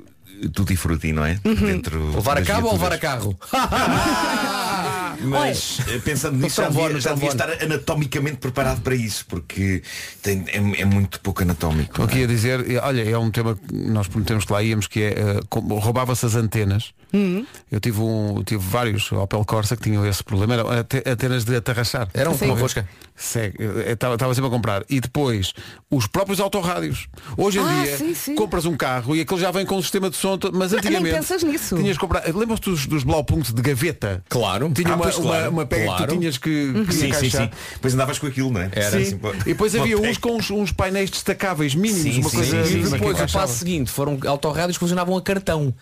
tudo e frutti, não é?
Uhum.
Dentro
Levar a
das
cabo ou levar a
viaturas.
carro?
Mas eh, pensando nisso, já
trombone,
devia,
no
já devia
trombone.
estar anatomicamente preparado para isso, porque tem- é, é muito pouco anatómico.
Estou aqui a dizer, e, olha, é um tema que nós prometemos que lá íamos, que é eh, como roubava-se as antenas.
Hum.
Eu tive um, tive vários Opel Corsa que tinham esse problema, eram ante- antenas de atarrachar. eh,
Era um
Sim.
uma rosca.
Estava sempre a comprar. E depois, os próprios autorrádios. Hoje em
Ah,
dia,
sim, sim.
compras um carro e aquele já vem com um sistema de som, to- mas
Nem
antigamente.
pensas nisso.
Tinhas que comprar. eh, Lembras-te dos, dos Blaupunkt de gaveta?
Claro.
Tinha
Ah,
uma,
pois,
uma,
claro,
uma pega que
claro. Uhum.
tu tinhas que, que
Sim, sim,
encaixar.
sim. Depois andavas com aquilo, não é? Era
Sim.
assim, pô-
E depois
pô-
havia
pé-
uns com uns, uns painéis destacáveis mínimos,
Sim,
uma
sim,
coisa assim.
E
sim, sim,
mínima que
depois o
encaixava.
passo seguinte foram autorrádios que funcionavam a cartão.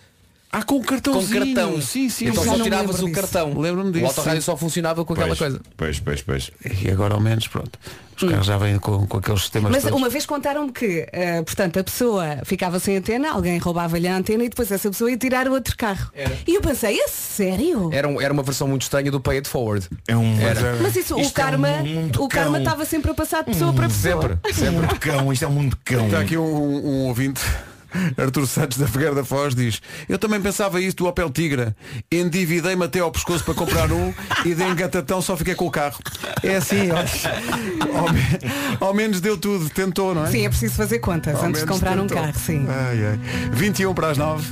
Ah, com
Com
cartãozinho.
cartão.
Sim, sim.
então
já
sim.
só
não me
tiravas
lembro
o
disso.
cartão.
Lembro-me disso,
O autorrádio
sim.
só funcionava com aquela
Pois,
coisa.
pois, pois, pois.
E agora ao menos, pronto. Os
Hum.
carros já vêm com, com aqueles sistemas
Mas
todos.
uma vez contaram-me que, eh, portanto, a pessoa ficava sem antena, alguém roubava-lhe a antena e depois essa pessoa ia tirar o outro carro. E eu pensei, é sério?
Era, um- era uma versão muito estranha do Pay It Forward.
É um
Mas isso, o
Isto é um
karma,
mundo um
o karma
cão.
estava sempre a passar de pessoa para pessoa.
Sempre.
Sempre. mundo cão, isto é um mundo cão.
Está aqui um, um ouvinte. Artur Santos da Figueira da Foz diz Eu também pensava isso do Opel Tigra Endividei-me até ao pescoço para comprar um E de engatatão só fiquei com o carro É assim, ó. ao, me- ao menos deu tudo, tentou, não é?
Sim, é preciso fazer contas
Ao
antes de
menos
comprar um
tentou.
carro, sim.
Ai, ai. 21 para as 9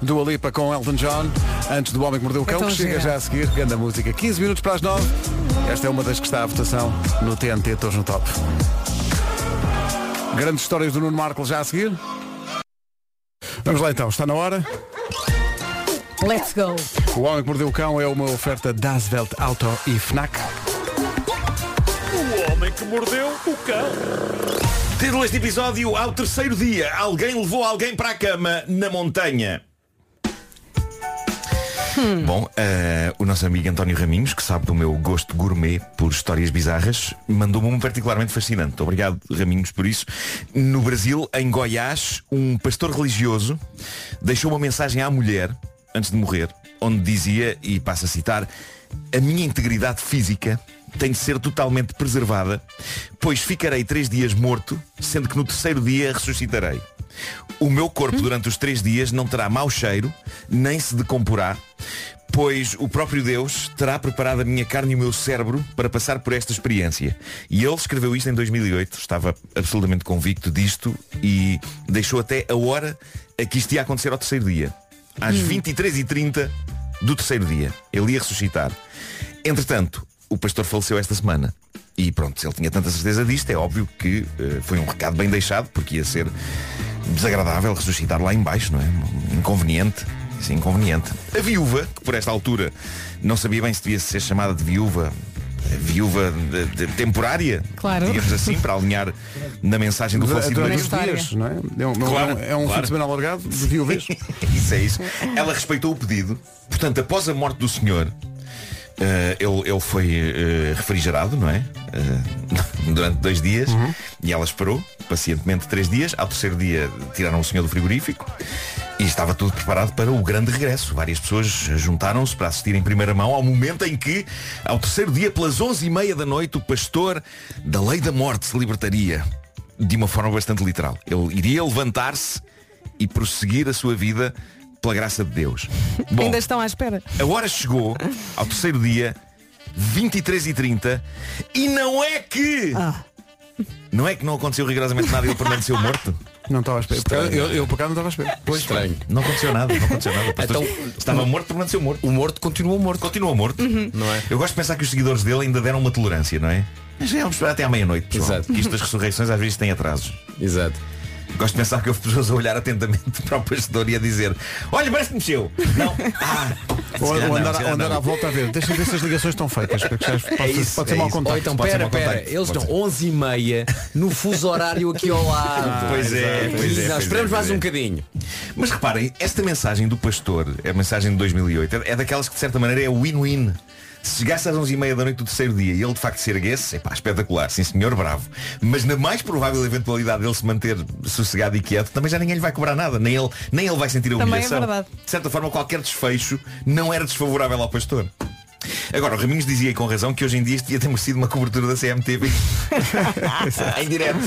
Dua Lipa com Elton John Antes do Homem que Mordeu o Cão
tão
Que chega
Então gira.
já a seguir, grande música 15 minutos para as 9 Esta é uma das que está à votação no TNT Todos no Top Grandes histórias do Nuno Marco já a seguir Vamos lá então, está na hora
É.
Let's go.
O Homem que Mordeu o Cão é uma oferta Das Welt Auto e FNAC
Título deste episódio, ao terceiro dia, alguém levou alguém para a cama na montanha. Bom, eh, o nosso amigo António Raminhos, que sabe do meu gosto gourmet por histórias bizarras, mandou-me um particularmente fascinante. Obrigado, Raminhos, por isso. No Brasil, em Goiás, um pastor religioso deixou uma mensagem à mulher, antes de morrer, onde dizia, e passo a citar, a minha integridade física tem de ser totalmente preservada, pois ficarei três dias morto, sendo que no terceiro dia ressuscitarei. O meu corpo durante os três dias não terá mau cheiro, nem se decomporá, Pois o próprio Deus terá preparado a minha carne e o meu cérebro para passar por esta experiência. E ele escreveu isto em 2008, estava absolutamente convicto disto e deixou até a hora a que isto ia acontecer ao terceiro dia. Às 23h30 do terceiro dia. Ele ia ressuscitar. Entretanto, o pastor faleceu esta semana. E pronto, se ele tinha tanta certeza disto, é óbvio que eh, foi um recado bem deixado, porque ia ser desagradável ressuscitar lá em baixo, não é? Inconveniente. Isso é inconveniente. A viúva, que por esta altura não sabia bem se devia ser chamada de viúva, eh, viúva de- de- temporária,
Claro.
digamos assim, para alinhar na mensagem do falecido
durante
marido.
os história. dias,
não é? É um,
Claro,
é um- é um fim
claro.
de semana alargado de viúvas.
isso é isso. Ela respeitou o pedido. Portanto, após a morte do senhor, eh, ele, ele foi eh, refrigerado, não é? Eh, durante dois dias. E ela esperou, pacientemente, três dias. Ao terceiro dia, tiraram o senhor do frigorífico. E estava tudo preparado para o grande regresso. Várias pessoas juntaram-se para assistir em primeira mão ao momento em que, ao terceiro dia, pelas onze e meia da noite, o pastor da lei da morte se libertaria. De uma forma bastante literal. Ele iria levantar-se e prosseguir a sua vida pela graça de Deus. Bom,
Ainda estão à espera.
a hora chegou ao terceiro dia, 23h30, e não é que.
Ah,
Não é que não aconteceu rigorosamente nada e ele permaneceu morto?
Não estava à espera. Eu, eu, por acaso não estava à espera.
Pois estranho.
Não aconteceu nada, não aconteceu nada. O pastor
Então,
estava morto, permaneceu morto.
O morto continuou morto.
Continua morto.
Não é?
Eu gosto de pensar que os seguidores dele ainda deram uma tolerância, não é? Mas já vamos esperar até à meia-noite, pessoal.
Exato.
Que isto das ressurreições às vezes tem atrasos.
Exato.
Gosto de pensar que houve pessoas a olhar atentamente para o pastor e a dizer Olha, parece que mexeu Não, ah, se
Ou, ou
calhar não,
andar,
se
ou
calhar
andar
não.
à volta a ver. Deixa ver se as ligações estão feitas. Porque já pode,
É
ser-
isso,
pode ser
é
mau
isso.
contato.
Ou então,
Pode ser
pera,
mau
pera,
contacto.
eles
Pode
estão
ser.
11 e meia no fuso horário aqui ao lado.
Pois é, pois é,
Ah, Não,
pois
esperamos
é,
mais
pois é.
um bocadinho.
Mas reparem, esta mensagem do pastor É a mensagem de 2008 é- É daquelas que de certa maneira é win-win se chegasse às 11h30 da noite do terceiro dia e ele de facto se erguesse, epá, espetacular, sim senhor, bravo. Mas na mais provável eventualidade dele se manter sossegado e quieto, também já ninguém lhe vai cobrar nada, nem ele, nem ele vai sentir a
Também é
humilhação.
verdade.
De certa forma, qualquer desfecho não era desfavorável ao pastor. Agora, o Raminhos dizia e com razão que hoje em dia isto devia ter sido uma cobertura da CMTV. em direto.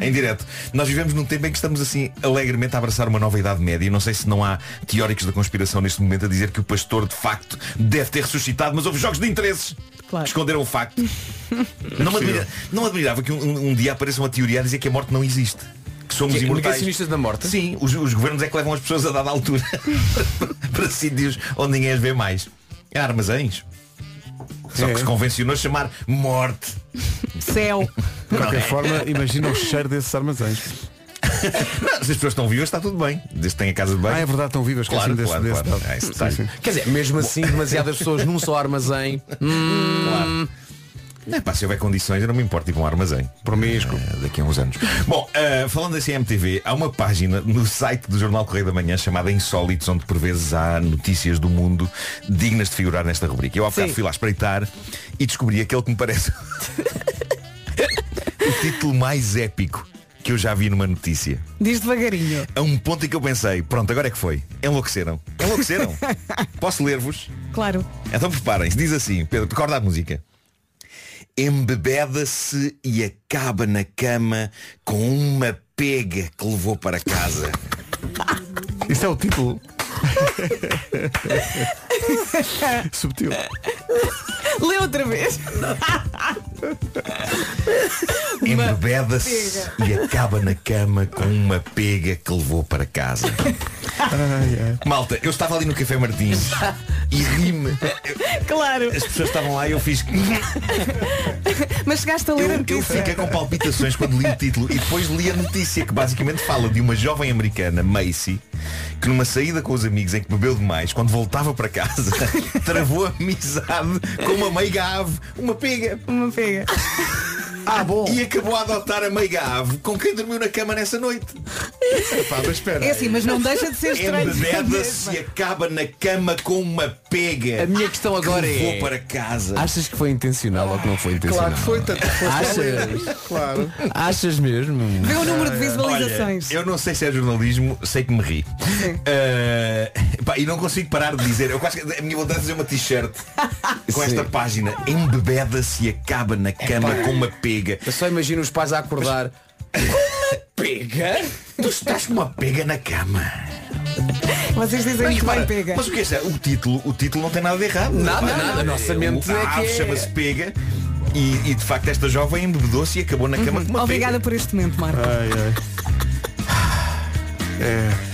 Em direto. Nós vivemos num tempo em que estamos assim alegremente a abraçar uma nova idade média. E Não sei se não há teóricos da conspiração neste momento a dizer que o pastor de facto deve ter ressuscitado, mas houve jogos de interesses.
Claro.
que Esconderam o facto. não, me admira- não admirava que um, um dia apareça uma teoria a dizer que a morte não existe. Que somos
Que-
imortais.
negacionistas da morte?
Sim, os, os governos é que levam as pessoas a dada altura para sítios onde ninguém as vê mais. Há armazéns. Só
É.
que se convencionou chamar morte. é?
Céu.
De qualquer forma, imagina o cheiro desses armazéns.
Não, se as pessoas estão vivas, está tudo bem. Desde que têm a casa de banho.
Ah, é verdade, estão vivas.
Claro,
esqueci-me desse-
claro,
desse
claro.
dado.
É esse
Sim,
detalhe.
sim.
Quer dizer, mesmo assim, demasiadas pessoas num só armazém.
Claro. Não é pá, se houver condições, eu não me importo ir para um armazém.
Promíscuo.
Eh, daqui a uns anos. Bom, eh, falando da CMTV, há uma página no site do Jornal Correio da Manhã chamada Insólitos, onde por vezes há notícias do mundo dignas de figurar nesta rubrica. Eu há bocado
Sim.
fui lá espreitar e descobri aquele que me parece o título mais épico que eu já vi numa notícia.
Diz devagarinho.
A um ponto em que eu pensei, pronto, agora é que foi. Enlouqueceram. Enlouqueceram. Posso ler-vos?
Claro.
Então preparem-se, diz assim, Pedro, recorda a música. Embebeda-se e acaba na cama com uma pega que levou para casa.
Isso é o título. Subtil.
Lê outra vez.
Embebeda-se e acaba na cama com uma pega que levou para casa. Malta, eu estava ali no Café Martins e ri-me.
Claro.
As pessoas estavam lá e eu fiz.
Mas chegaste a ler a
Eu, eu
notícia.
fiquei com palpitações quando li o título e depois li a notícia que basicamente fala de uma jovem americana, Macy, que numa saída com os amigos em que bebeu demais, quando voltava para casa, travou a amizade com uma meiga ave, uma pega,
Uma pega.
Ah, bom.
e acabou a adotar a meiga ave com quem dormiu na cama nessa noite.
Epá, mas espera.
É assim, mas não deixa de ser estranho. É
Embebeda-se e acaba na cama com uma pega.
A minha questão agora
que levou
é-
para casa.
Achas que foi intencional ou que não foi intencional?
Claro que foi, tanto que foste
Achas?
a ler. Claro.
Achas mesmo?
Vê o número de
Olha,
visualizações.
eu não sei se é jornalismo, sei que me ri. Uh, pá, e não consigo parar de dizer. Eu quase que a minha vontade é fazer uma t-shirt com esta página. Embebeda-se e acaba na cama com uma pega.
Eu só imagino os pais a acordar.
Pega? Tu estás com uma pega na cama.
Vocês dizem
Mas
que
repara,
bem pega.
Mas o que é isso? O título, o título não tem nada de errado.
Nada,
Repara,
nada. A nossa mente
o-
é
a ave
que é-
chama-se Pega e, e, de facto esta jovem embebedou-se e acabou na cama com uma
Uhum. Obrigada
pega.
por este momento, Marco.
Ah,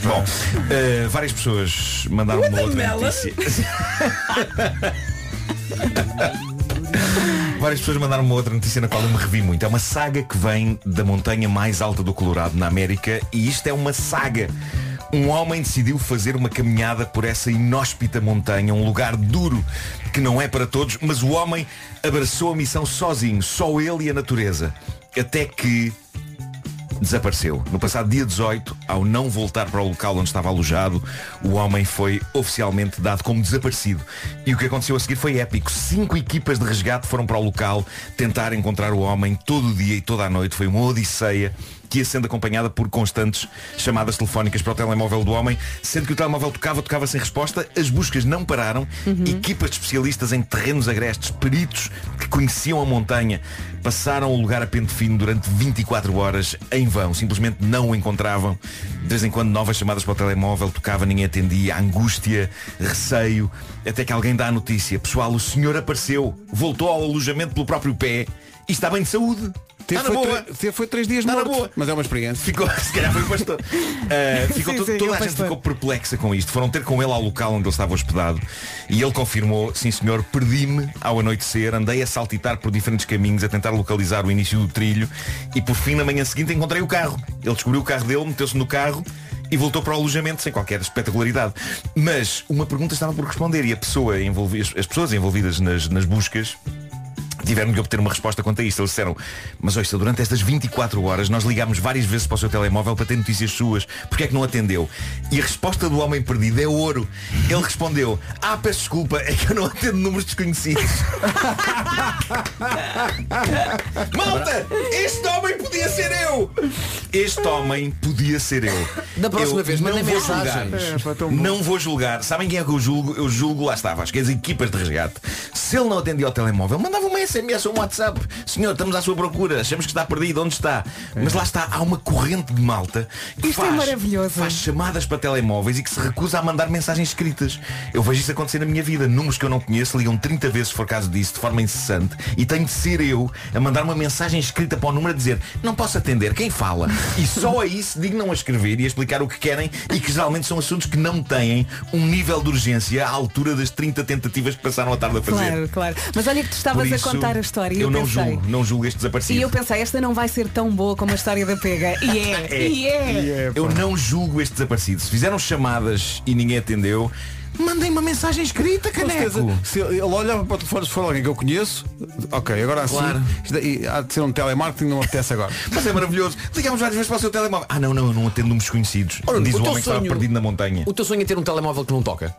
Bom, eh, várias pessoas mandaram uma outra notícia. Várias pessoas mandaram uma outra notícia na qual eu me revi muito. É uma saga que vem da montanha mais alta do Colorado, na América, e isto é uma saga. Um homem decidiu fazer uma caminhada por essa inóspita montanha, um lugar duro que não é para todos, mas o homem abraçou a missão sozinho, só ele e a natureza. Até que desapareceu. No passado dia 18, ao não voltar para o local onde estava alojado, o homem foi oficialmente dado como desaparecido. E o que aconteceu a seguir foi épico. Cinco equipas de resgate foram para o local tentar encontrar o homem todo o dia e toda a noite. Foi uma odisseia que ia sendo acompanhada por constantes chamadas telefónicas para o telemóvel do homem, sendo que o telemóvel tocava, tocava sem resposta, as buscas não pararam, equipas de especialistas em terrenos agrestes, peritos que conheciam a montanha, passaram o lugar a pente fino durante 24 horas em vão, simplesmente não o encontravam. De vez em quando novas chamadas para o telemóvel tocava, ninguém atendia, angústia, receio, até que alguém dá a notícia. Pessoal, o senhor apareceu, voltou ao alojamento pelo próprio pé e está bem de saúde.
Teve,
Está Tá na
foi
boa.
tre- teve foi três dias
Está na
morto,
boa.
mas é uma experiência.
Ficou, se calhar foi o pastor. Uh, ficou
Sim,
to-
sim,
toda
é o
a gente
pastor.
ficou perplexa com isto. Foram ter com ele ao local onde ele estava hospedado e ele confirmou, sim senhor, perdi-me ao anoitecer, andei a saltitar por diferentes caminhos, a tentar localizar o início do trilho e por fim na manhã seguinte encontrei o carro. Ele descobriu o carro dele, meteu-se no carro e voltou para o alojamento sem qualquer espetacularidade. Mas uma pergunta estava por responder e a pessoa envolvi- as as pessoas envolvidas nas- nas buscas tiveram de obter uma resposta quanto a isto. Eles disseram, mas ouça, durante estas 24 horas nós ligámos várias vezes para o seu telemóvel para ter notícias suas. Porquê é que não atendeu? E a resposta do homem perdido é ouro. Ele respondeu, ah, peço desculpa, é que eu não atendo números desconhecidos. Malta, este homem podia ser eu! Este homem podia ser eu.
Da próxima
Eu
vez,
não
mandem
vou
mensagens.
julgar.
É,
É,
Não vou julgar. Sabem quem é que eu julgo? Eu julgo, lá estava, acho que as equipas de resgate. Se ele não atendia ao telemóvel, mandava uma SMS ou um WhatsApp. Senhor, estamos à sua procura, achamos que está perdido, onde está? Mas lá está, há uma corrente de malta que
É. Isto é
faz,
maravilhoso.
faz chamadas para telemóveis e que se recusa a mandar mensagens escritas. Eu vejo isso acontecer na minha vida. Números que eu não conheço ligam 30 vezes, se for caso disso, de forma incessante. E tenho de ser eu a mandar uma mensagem escrita para o número a dizer não posso atender, quem fala? E só aí se dignam a escrever e a explicar o que querem e que geralmente são assuntos que não têm um nível de urgência à altura das 30 tentativas que passaram a tarde a fazer.
Claro, claro. Mas olha que tu
Por
estavas
isso,
a contar a história e
eu,
eu,
não
pensei.
julgo, não julgo este desaparecido.
E eu pensei, esta não vai ser tão boa como a história da pega. E é, e é.
Eu não julgo este desaparecido. Se fizeram chamadas e ninguém atendeu, mandem uma mensagem escrita,
Com certeza,
caneco.
se ele olhava para o telefone, se for alguém que eu conheço, ok, agora assim,
Claro.
isto daí há de ser um telemarketing, não apetece agora.
Mas é maravilhoso. Ligámos várias vezes para o seu telemóvel. Ah não, não, eu não atendo números desconhecidos.
Ora,
Diz
o
o,
teu
homem que estava
sonho-
perdido na montanha.
O teu sonho é ter um telemóvel que não toca?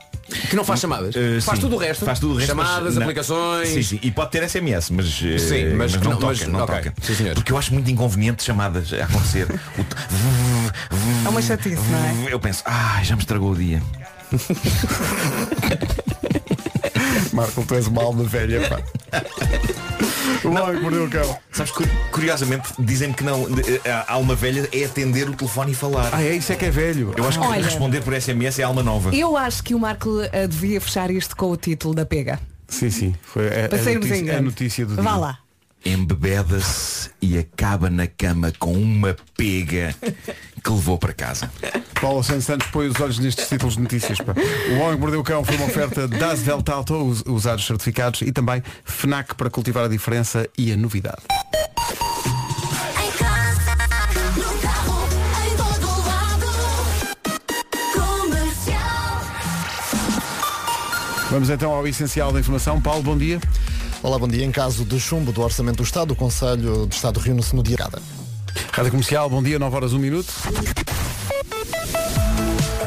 Que não faz chamadas?
Eh,
faz
sim.
tudo o resto?
Faz tudo o resto. mas
Chamadas,
não-
aplicações.
Sim, sim. E pode ter SMS, mas, eh,
Sim, mas que
não,
não-
toca,
mas-
não
ok.
toca.
Sim, senhor.
Porque eu acho muito inconveniente chamadas a acontecer. O t-
É uma chatice, não é?
Eu penso, ah, já me estragou o dia.
Marco, tu és uma alma velha, pá. Logo mordeu o cão.
Sabes, cu- curiosamente, dizem-me que não. de- eh, A alma velha é atender o telefone e falar.
Ah, é isso é que é velho.
Eu acho que
Olha.
responder por SMS é alma nova.
Eu acho que o Marco ah, devia fechar isto com o título da pega.
Sim, sim. Foi a, a
Para sairmos em
notícia, a
grande.
notícia do dia.
Vá lá.
Embebeda-se e acaba na cama com uma pega que levou para casa.
Paulo Santos Santos põe os olhos nestes títulos de notícias. Pá. O Homem que Mordeu o Cão foi uma oferta das Delta Auto, us- usados certificados, e também FNAC para cultivar a diferença e a novidade.
Em casa, no carro, em todo lado. Comercial.
Vamos então ao essencial da informação. Paulo, bom dia.
Olá, bom dia. Em caso de chumbo do Orçamento do Estado, o Conselho de Estado reúne-se no dia.
Rádio Comercial, bom dia, 9 horas 1 minuto.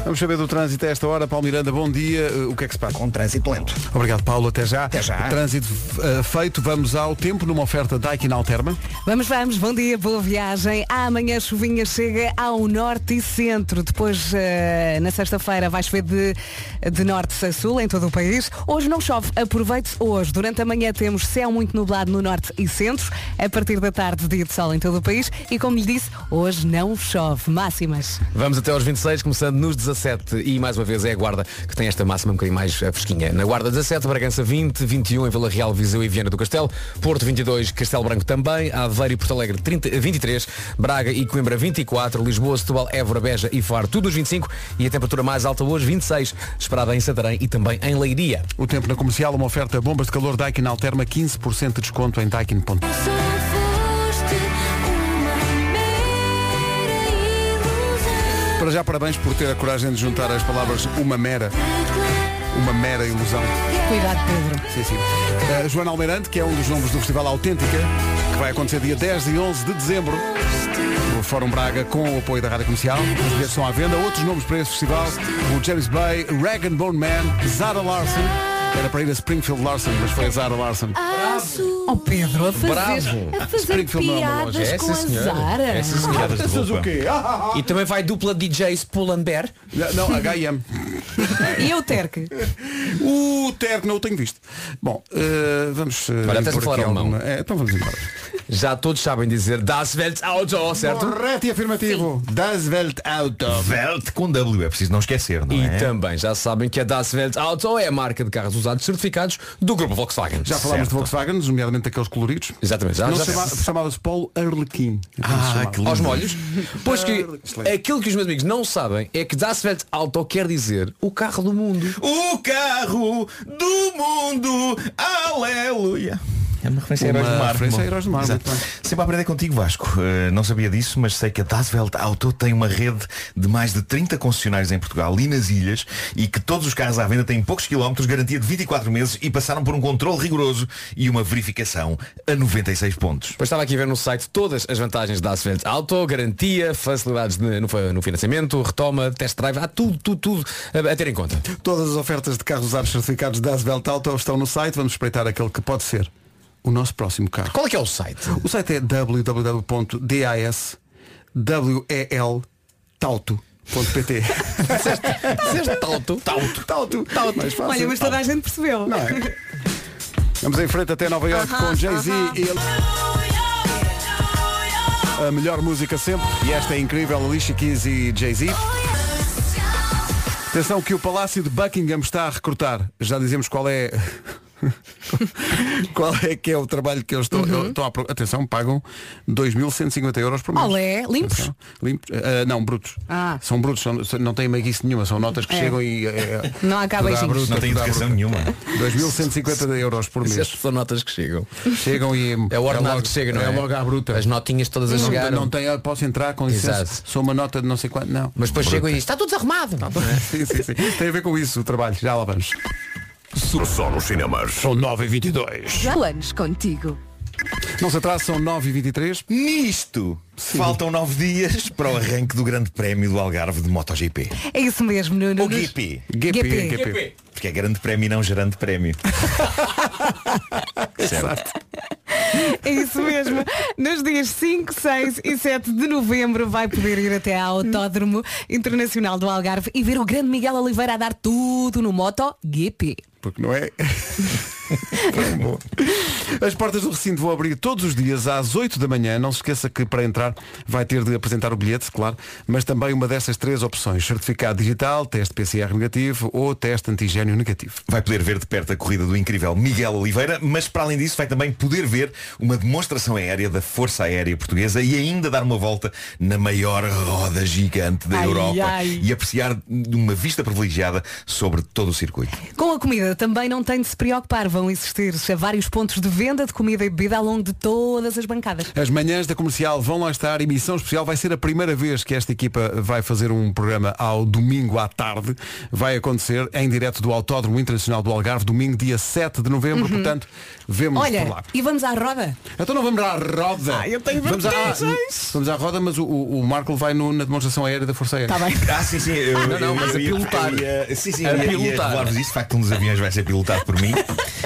Vamos saber do trânsito a esta hora. Paulo Miranda, bom dia. Eh, O que é que se passa?
Com trânsito lento.
Obrigado, Paulo. Até já.
Até já.
Trânsito eh, feito. Vamos ao tempo numa oferta Daikin Alterma.
Vamos, vamos, bom dia, boa viagem. Ah, Amanhã a chuvinha chega ao norte e centro. Depois, eh, na sexta-feira, vai chover de, de norte a sul em todo o país. Hoje não chove, aproveite hoje. Durante a manhã temos céu muito nublado no norte e centro. A partir da tarde, dia de sol em todo o país. E como lhe disse, hoje não chove. Máximas.
Vamos até aos 26, começando nos 17. 17 e mais uma vez é a Guarda que tem esta máxima um bocadinho mais eh, fresquinha. Na Guarda 17, Bragança 20, 21 em Vila Real, Viseu e Viana do Castelo, Porto 22, Castelo Branco também, Aveiro e Porto Alegre 30, 23, Braga e Coimbra 24, Lisboa, Setúbal, Évora, Beja e Faro, tudo os 25 e a temperatura mais alta hoje 26, esperada em Santarém e também em Leiria.
O tempo na comercial, uma oferta a bombas de calor Daikin Alterma, 15% de desconto em Daikin.com.
Se foste uma mera ilusão
Para já, parabéns por ter a coragem de juntar as palavras uma mera, uma mera ilusão.
Cuidado, Pedro.
Sim, sim. Eh, Joana Almeirante, que é um dos nomes do Festival Autêntica, que vai acontecer dia 10 e 11 de dezembro, no Fórum Braga, com o apoio da Rádio Comercial. Os bilhetes estão à venda. Outros nomes para esse festival, o James Bay, Rag and Bone Man, Zara Larson. Era para ir a Springfield Larson, mas foi a Zara Larson.
Aço
Oh, Pedro, a fazer,
Bravo.
a fazer
Springfield não é uma loja.
piadas
É,
com
sim,
a
senhora.
Zara.
Essas piadas de roupa.
E também vai dupla DJs Pull and Bear.
Não, H&M.
E eu, Terque?
O Terco não o tenho visto. Bom, eh, vamos... eh,
Olha, estás a
pôr
falar
aqui
alemão.
alguma- É, então vamos embora.
Já todos sabem dizer Das Welt Auto, certo?
Correto e afirmativo. Das Welt Auto.
Welt com W, é preciso não esquecer, não
E
é?
também já sabem que a Das Welt Auto é a marca de carros usados certificados do grupo Volkswagen.
Já falámos
Certo.
de Volkswagen, nomeadamente aqueles coloridos.
Exatamente, já,
Não
já
se chama- Chamava-se Paulo Arlequim.
Ah, que lindo.
é aos molhos. Pois que
Excelente.
aquilo que os meus amigos não sabem é que Das Welt Auto quer dizer o carro do mundo.
O carro do mundo. Aleluia. É uma referência
Uma
a Heróis do Mar.
referência a
Bom,
Heróis do Mar,
exato.
muito
Sempre a aprender contigo, Vasco. Uh, não sabia disso, mas sei que a Dasvelt Auto tem uma rede de mais de 30 concessionários em Portugal e nas ilhas e que todos os carros à venda têm poucos quilómetros, garantia de 24 meses e passaram por um controle rigoroso e uma verificação a 96 pontos.
Depois estava aqui a ver no site todas as vantagens da Asfalt Auto, garantia, facilidades ne- no, fa- no financiamento, retoma, test drive, há tudo, tudo, tudo a, a ter em conta.
Todas as ofertas de carros usados certificados da Asvelt Auto estão no site. Vamos espreitar aquele que pode ser o nosso próximo carro.
Qual é que é o site?
O site é www.dasweltauto.pt
Dizeste Auto?
Tauto. Tauto. Tauto. Mais fácil.
Olha, mas toda a gente percebeu.
Não é? Vamos em frente até Nova York com Jay-Z e a melhor música sempre. E esta é incrível, Alicia Keys e Jay-Z. Atenção que o Palácio de Buckingham está a recrutar. Já dizemos qual é. qual é que é o trabalho que eu estou.
Uhum.
eu estou à pro- Atenção, pagam 2.150 euros por mês.
Olé, limpos?
Atenção, limpos. Ah, não, brutos.
Ah.
São brutos, são- não têm meiguice nenhuma, são notas que
É.
chegam e. eh,
Não há cá
tudo à
beijinhos.
bruta,
Não tem
tudo à
educação
bruta.
nenhuma.
2.150 euros por mês.
Essas são é notas que chegam.
Chegam e.
É o ordenado
logo-
que chega, não é?
É logo à bruta.
As notinhas todas a
Não,
chegar.
não tem, ah, posso entrar com licença.
Exato.
Sou uma nota de não sei quanto. Não.
Mas depois chegam e diz, está tudo desarrumado. é?
sim, sim, sim. Tem a ver com isso o trabalho. Já lá vamos.
Só nos cinemas.
São 9h22.
Planos contigo.
Não se atrasa, são 9h23.
Nisto faltam 9 dias para o arranque do Grande Prémio do Algarve de MotoGP.
É isso mesmo, Nuno.
O GP.
GP,
GP.
GP.
Porque é grande prémio e não gerante prémio. certo.
É isso mesmo. Nos dias 5, 6 e 7 de novembro vai poder ir até ao Autódromo Internacional do Algarve e ver o grande Miguel Oliveira a dar tudo no Moto GP.
Porque não é. Tão bom. As portas do recinto vão abrir todos os dias às 8 da manhã. Não se esqueça que para entrar vai ter de apresentar o bilhete, claro, mas também uma dessas três opções. Certificado digital, teste PCR negativo ou teste antigênio negativo.
Vai poder ver de perto a corrida do incrível Miguel Oliveira, mas para além disso vai também poder ver uma demonstração aérea da Força Aérea Portuguesa e ainda dar uma volta na maior roda gigante da
Ai,
Europa
ai.
e apreciar uma vista privilegiada sobre todo o circuito.
Com a comida também não tem de se preocupar. Vão existir vários pontos de venda de comida e bebida ao longo de todas as bancadas.
As manhãs da comercial vão lá estar, emissão especial. Vai ser a primeira vez que esta equipa vai fazer um programa ao domingo à tarde. Vai acontecer em direto do Autódromo Internacional do Algarve, domingo, dia 7 de novembro. Portanto, vemos por
Uhum. Olha, Ah,
lá.
e vamos à roda?
Então não vamos à roda. vamos, à, vamos à roda, mas o, o- o Marco vai no- na demonstração aérea da Força Aérea.
Está Tá bem.
Ah, sim, sim. Eu,
Não, não,
eu-
mas
eu
a
ia-
pilotar.
eu ia- sim, sim,
A
eu ia, ia
pilotar.
revelar-vos isso. De facto, um dos aviões vai ser pilotado por mim.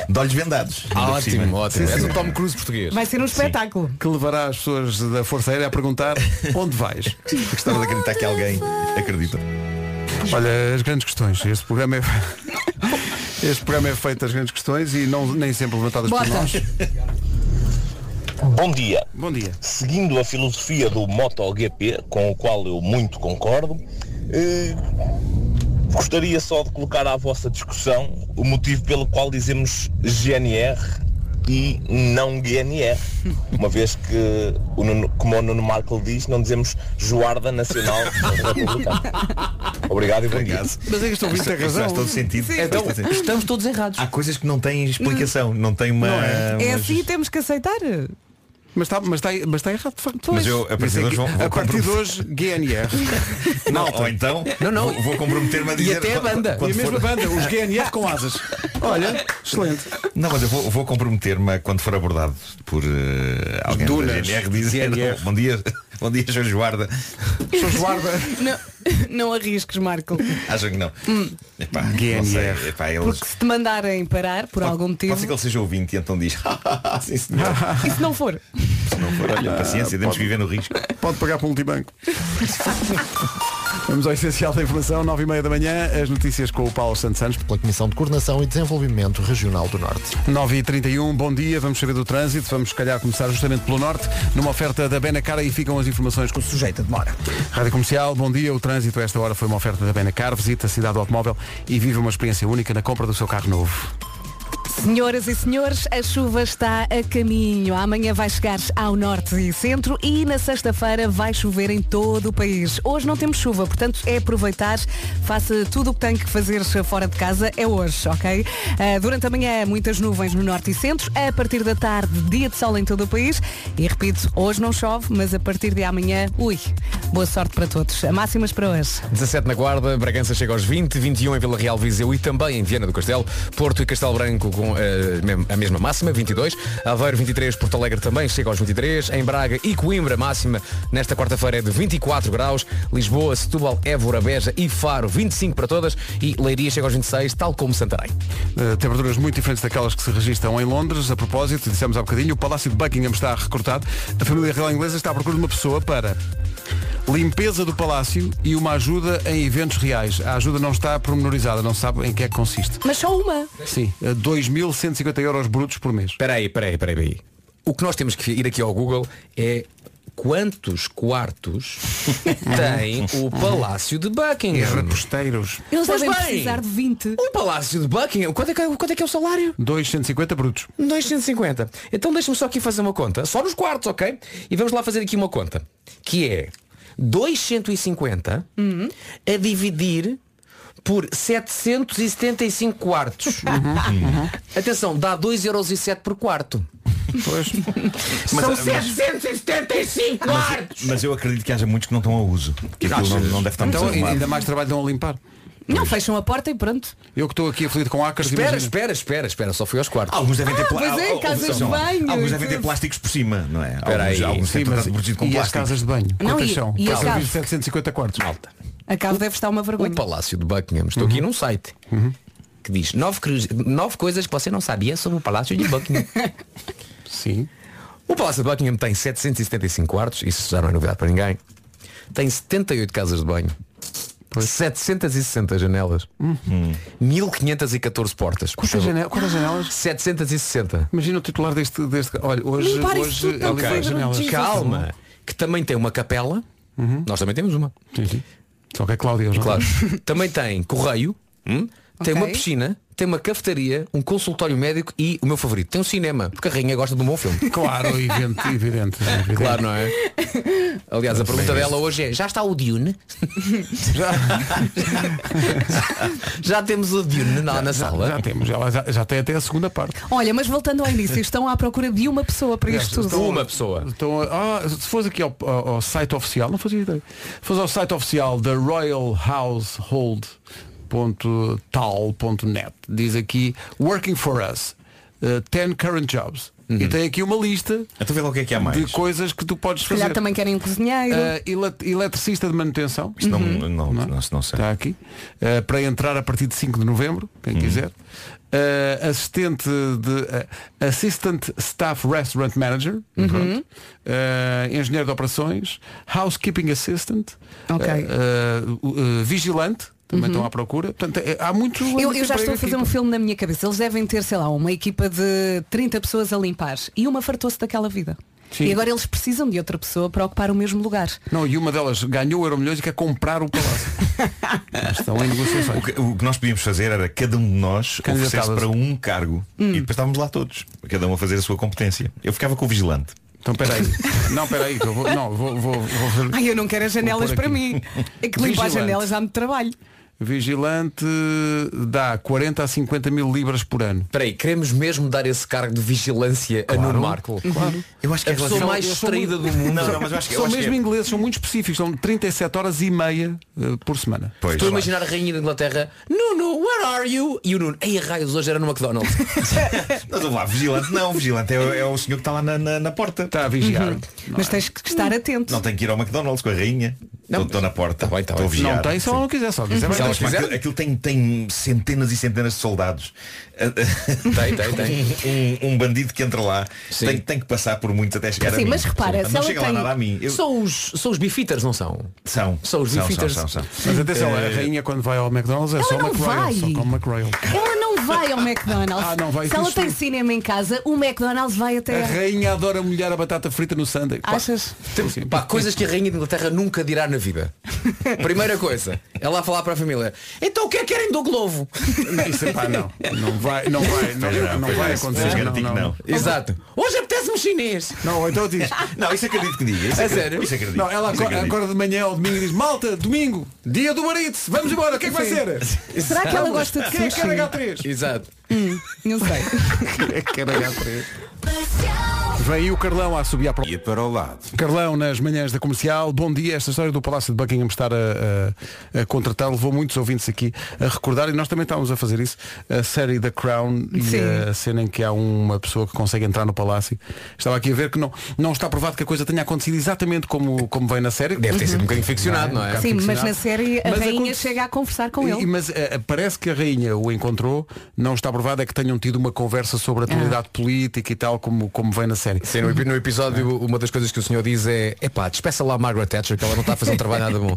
De olhos vendados. ainda por cima.
Ótimo, ótimo. És o Tom Cruise português.
Vai ser um espetáculo.
Que levará as pessoas da Força Aérea a perguntar onde vais.
Gostava de acreditar que alguém acredita.
Olha, as grandes questões. Este programa é. Este programa é feito das grandes questões e não, nem sempre levantadas
Bota.
por nós.
Bom dia.
Bom dia.
Seguindo a filosofia do MotoGP, com o qual eu muito concordo, eh, Gostaria só de colocar à vossa discussão o motivo pelo qual dizemos GNR e não GNR. Uma vez que, o Nuno- como o Nuno Marco diz, não dizemos Joarda Nacional Republicana. Obrigado e bom dia.
Mas é que estou
Faz- Faz todo sentido. Faz
Então,
todo sentido.
estamos todos errados.
Há coisas que não têm explicação, não, têm uma.
É
uma
assim e temos que aceitar.
Mas está, mas está, mas está errado, de facto.
Mas eu, a partir
Isso é
de hoje,
que-
vou- vou
a partir de
comprometer.
hoje, GNR.
Não, ou então
Não, não.
vou, vou comprometer-me a
E
dizer
até a
quando-
banda.
quando
e a mesma
for-
banda, os GNR com asas. Olha, excelente.
Não, mas eu vou, vou comprometer-me a quando for abordado por eh, alguém
Dunas.
da GNR dizer
GNR.
bom dia, bom dia, Jorge Guarda.
Sou guarda.
Não, não arrisques, Marco.
Acham que não? Epá, não
GNR.
sei. Epá, eles...
Porque se te mandarem parar por algum motivo,
Pode ser que ele seja ouvinte e então diz, sim senhor,
e se não for?
se não for, olha, paciência, temos que viver no risco.
Pode pagar para o multibanco. Vamos ao essencial da informação, 9h30 da manhã, as notícias com o Paulo Santos Santos.
pela Comissão de Coordenação e Desenvolvimento Regional do Norte.
9h31, bom dia, vamos saber do trânsito, vamos se calhar começar justamente pelo norte, numa oferta da Benacar e ficam as informações com o
Sujeita demora.
Rádio Comercial, bom dia. O trânsito a esta hora foi uma oferta da Benacar. Visita a cidade do automóvel e vive uma experiência única na compra do seu carro novo.
Senhoras e senhores, a chuva está a caminho. Amanhã vai chegar ao norte e centro e na sexta-feira vai chover em todo o país. Hoje não temos chuva, portanto é aproveitar, faça tudo o que tem que fazer fora de casa, é hoje, ok? Ah, durante a manhã, muitas nuvens no norte e centro. A partir da tarde, dia de sol em todo o país. E repito, hoje não chove, mas a partir de amanhã, ui, boa sorte para todos. Máximas para hoje.
17 na Guarda, Bragança chega aos 20, 21 em Vila Real, Viseu e também em Viana do Castelo, Porto e Castelo Branco com eh, mem- a mesma máxima, 22, Aveiro 23, Porto Alegre também chega aos 23, em Braga e Coimbra máxima nesta quarta-feira é de 24 graus, Lisboa, Setúbal, Évora, Beja e Faro 25 para todas e Leiria chega aos 26, tal como Santarém.
Eh, temperaturas muito diferentes daquelas que se registram em Londres. A propósito, dissemos há bocadinho, o Palácio de Buckingham está recrutado. A família real inglesa está à procura de uma pessoa para limpeza do palácio e uma ajuda em eventos reais. A ajuda não está pormenorizada, não se sabe em que é que consiste.
Mas só uma.
Sim, eh, 2.150 euros brutos por mês.
Espera aí, espera aí, espera aí. O que nós temos que ir aqui ao Google é quantos quartos tem o Palácio de Buckingham?
reposteiros.
Eles
Pois
devem
bem.
precisar de 20.
O Palácio de Buckingham, quanto é que, quanto é, que é o salário?
250 brutos.
250. Então deixa-me só aqui fazer uma conta. Só nos quartos, ok? E vamos lá fazer aqui uma conta. Que é 250
Uhum.
a dividir por 775 quartos. Atenção, dá 2,07€ por quarto.
Pois.
Mas-
São
mas-
775 quartos!
Mas eu acredito que haja muitos que não estão a uso. Que aquilo não, não deve estar muito
Então
arrumado.
ainda mais trabalho dão a limpar.
Não, fecham a porta e pronto.
Eu que estou aqui aflito com acres
Espera,
imagina.
espera, espera, espera, só fui aos quartos.
Alguns devem ter
Ah, pois é,
al- al-
casas de
são-
banho
Alguns
e
devem ter
tudo.
plásticos por cima, não é?
Espera
Alguns,
aí.
alguns
Sim,
têm
mas
tratado protegido com
e as
plástico.
casas de banho?
Não,
Quantas
e-
são?
e as
Para
casas?
750 quartos.
Malta.
A cabo deve estar uma vergonha.
O Palácio de Buckingham. Estou aqui num site que diz nove, cru- nove coisas que você não sabia sobre o Palácio de Buckingham.
Sim.
o Palácio de Buckingham tem 775 quartos, isso já não é novidade para ninguém. Tem 78 casas de banho. 760 janelas. 1514 portas.
Quantas, janela- quantas janelas?
760.
Imagina o titular deste. deste olha, hoje,
Limpar isso
hoje é
tudo, tem que
limpar
ver
as janelas.
Jesus.
Calma. Que também tem uma capela. Nós também temos uma.
Sim, sim. Só que é Cláudia. não é?
Claro. Também tem correio, hum? tem
Ok.
uma piscina, tem uma cafetaria, um consultório médico e, o meu favorito, tem um cinema, porque a rainha gosta de um bom filme.
Claro, evidente, evidente. evidente.
Claro, não é? Aliás, a pergunta dela hoje é, já está o Dune? já, já temos o Dune na, na
Já,
sala?
já temos, já, já, já tem até a segunda parte.
Olha, mas voltando ao início, estão à procura de uma pessoa para isto
Aliás,
tudo.
estão-
Uma pessoa.
estão a- ah, se fosse aqui ao, ao- ao site oficial, não fazia ideia. Se fosse ao site oficial da Royal Household diz aqui working for us eh, 10 current jobs
Uhum.
e tem aqui uma lista
Então vê lá o que é que há mais.
de coisas que tu podes
Se calhar
fazer
também querem um cozinheiro.
Eh, ele- eletricista de manutenção
Isto não, Uhum. não, é? não, não, sei.
Está aqui. Uh, para entrar a partir de 5 de novembro,
Uhum.
quem quiser. Uh, assistente de. uh, Assistant Staff Restaurant Manager.
Uhum.
Pronto. Uh, engenheiro de operações. Housekeeping Assistant.
Ok. Uhum.
uh, uh, uh, vigilante. Também estão à procura. Portanto, é- há muitos. há
Eu,
muito
eu já estou
emprego
a fazer
aqui.
um filme na minha cabeça. Eles devem ter, sei lá, uma equipa de 30 pessoas a limpar. E uma fartou-se daquela vida.
Sim.
E agora eles precisam de outra pessoa para ocupar o mesmo lugar.
Não, e uma delas ganhou o Euro Milhões e quer comprar o palácio. Estão em negociações.
O que, o que nós podíamos fazer era cada um de nós oferecer-se
Candidatavas.
para um cargo
Hum.
e depois estávamos lá todos, cada um a fazer a sua competência. Eu ficava com o vigilante.
Então peraí. Não, peraí, que eu vou, não, vou, vou, vou ver.
Ai, eu não quero as janelas
Vou pôr
para
aqui.
mim. É que limpar as
Vigilante.
janelas dá-me trabalho.
Vigilante dá 40 a 50 mil libras por ano.
Peraí, queremos mesmo dar esse cargo de vigilância a Nuno Marco?
Claro.
Eu acho que
é
a pessoa mais distraída do mundo.
é Não, não, mas eu acho que- eu
são
acho que
mesmo
é-
ingleses, são muito específicos, são 37 horas e meia eh, por semana.
Estou a imaginar a rainha da Inglaterra Nuno, where are you? E o Nuno, ei a raios, hoje era no McDonald's
Mas vamos lá, vigilante não, vigilante é, o- é o senhor que está lá na, na- na porta.
Está a vigiar.
Uhum.
é.
Mas tens que estar
Hum.
atento.
Não tem que ir ao McDonald's com a rainha. Estou estou na porta.
Tá
estou a vigiar.
Não tem, se ela não quiser, só quiser.
Mas
vai
ela-
ter.
mas aquilo, aquilo tem, tem centenas e centenas de soldados. Tem, tem, tem. Um, um bandido que entra lá tem, tem que passar por muitos até chegar a
Sim,
mim.
mas repara, se
não
ela
chega
tem-
lá nada a mim. Eu-
São os, são os bifitters, não são?
São.
São os
São,
bifitters
são, são, são.
Mas atenção,
Eh,
a rainha quando vai ao McDonald's é
Ela
só
não vai.
McRoyal, só com McRoyal.
Ela não vai ao McDonald's.
Ah, não vai,
Se ela
isso
tem
não. É
cinema em casa, o McDonald's vai
É.
até.
A
ela.
rainha adora molhar a batata frita no sundae. Pá,
Achas?
sim, sim.
Pá, coisas que a rainha da Inglaterra nunca dirá na vida Primeira coisa, ela a falar para a família Então o que é que querem do Globo?
Isso, é pá, não. Não vai, não vai, não,
Espera, não,
não
espera,
vai
isso
acontecer.
garanto que
não, não.
não.
Exato Hoje apetece-me chinês
Não, ou então diz.
Não, isso acredito que diga. Isso
É
acredito-
sério?
Isso acredito.
Não, ela
isso é
acorda,
acredito.
acorda de manhã ao domingo e diz, malta, domingo, dia do Baritz, vamos embora, o que é que vai ser?
Será que ela gosta de
Quem é
sushi?
que era H3?
Exato
Não
Quem
sei.
é que era H3? Vem aí o Carlão a subir à pro...
E para o lado.
Carlão nas manhãs da comercial, bom dia. Esta história do Palácio de Buckingham estar a, a- a contratar levou muitos ouvintes aqui a recordar e nós também estávamos a fazer isso. A série da Crown e
Sim.
a cena em que há uma pessoa que consegue entrar no Palácio. Estava aqui a ver que não, não está provado que a coisa tenha acontecido exatamente como, como vem na série. Uhum.
Deve ter sido um bocadinho ficcionado, não é?
Um bocado
Sim, mas
ficcionado.
na série a
Mas
rainha
aconte-
chega a conversar com
E-
ele.
Mas eh, parece que a rainha o encontrou, não está provado é que tenham tido uma conversa sobre a atualidade política e tal, como, como vem na série.
Sim, no, epi- no episódio uma das coisas que o senhor diz é Epá, despeça lá a Margaret Thatcher que ela não está a fazer um trabalho nada bom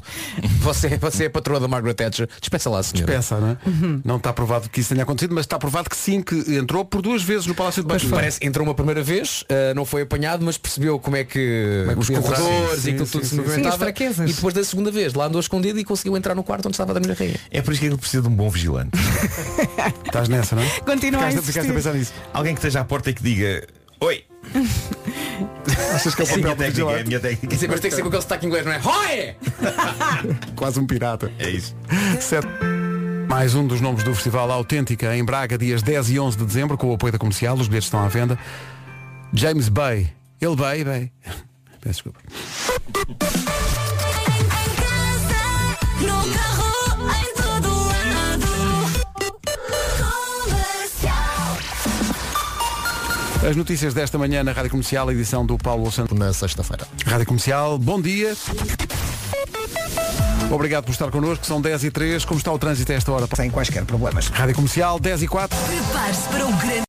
você, você é a patroa da Margaret Thatcher Despeça lá, senhor
Peça, não é? Não está provado que isso tenha acontecido, mas está provado que sim, que entrou por duas vezes no Palácio de Buckingham.
Parece, entrou uma primeira vez, ah, não foi apanhado, mas percebeu como é que,
Como é que
os
podia entrar.
corredores
Sim,
e aquilo
sim,
tudo
sim,
se
sim.
Sim, as
movimentava.
fraquezas.
E depois da segunda vez, lá andou escondido e conseguiu entrar no quarto onde estava a dormir a rainha.
É por isso que ele precisa de um bom vigilante.
Estás nessa, não é?
Continua a
Ficaste,
existir.
ficaste a pensar nisso.
Alguém que esteja à porta e que diga Oi!
Achas que é o
Essa é a
papel
minha
do
técnica, é a
vigilante?
minha técnica.
Quer dizer, mas tem que ser com aquele sotaque inglês, não é? Hoi!
Quase um pirata.
É isso.
Sete. Mais um dos nomes do Festival Autêntica em Braga, dias 10 e 11 de dezembro, com o apoio da comercial, os bilhetes estão à venda. James Bay. Ele Bay, Bay. Peço desculpa.
Em casa, no carro, em todo lado. Comercial.
As notícias desta manhã na Rádio Comercial, edição do Paulo Santos.
na sexta-feira.
Rádio Comercial, bom dia. Obrigado por estar connosco, são 10 e 3 Como está o trânsito a esta hora?
Sem quaisquer problemas.
Rádio Comercial, 10 e 4
Prepare-se para um grande.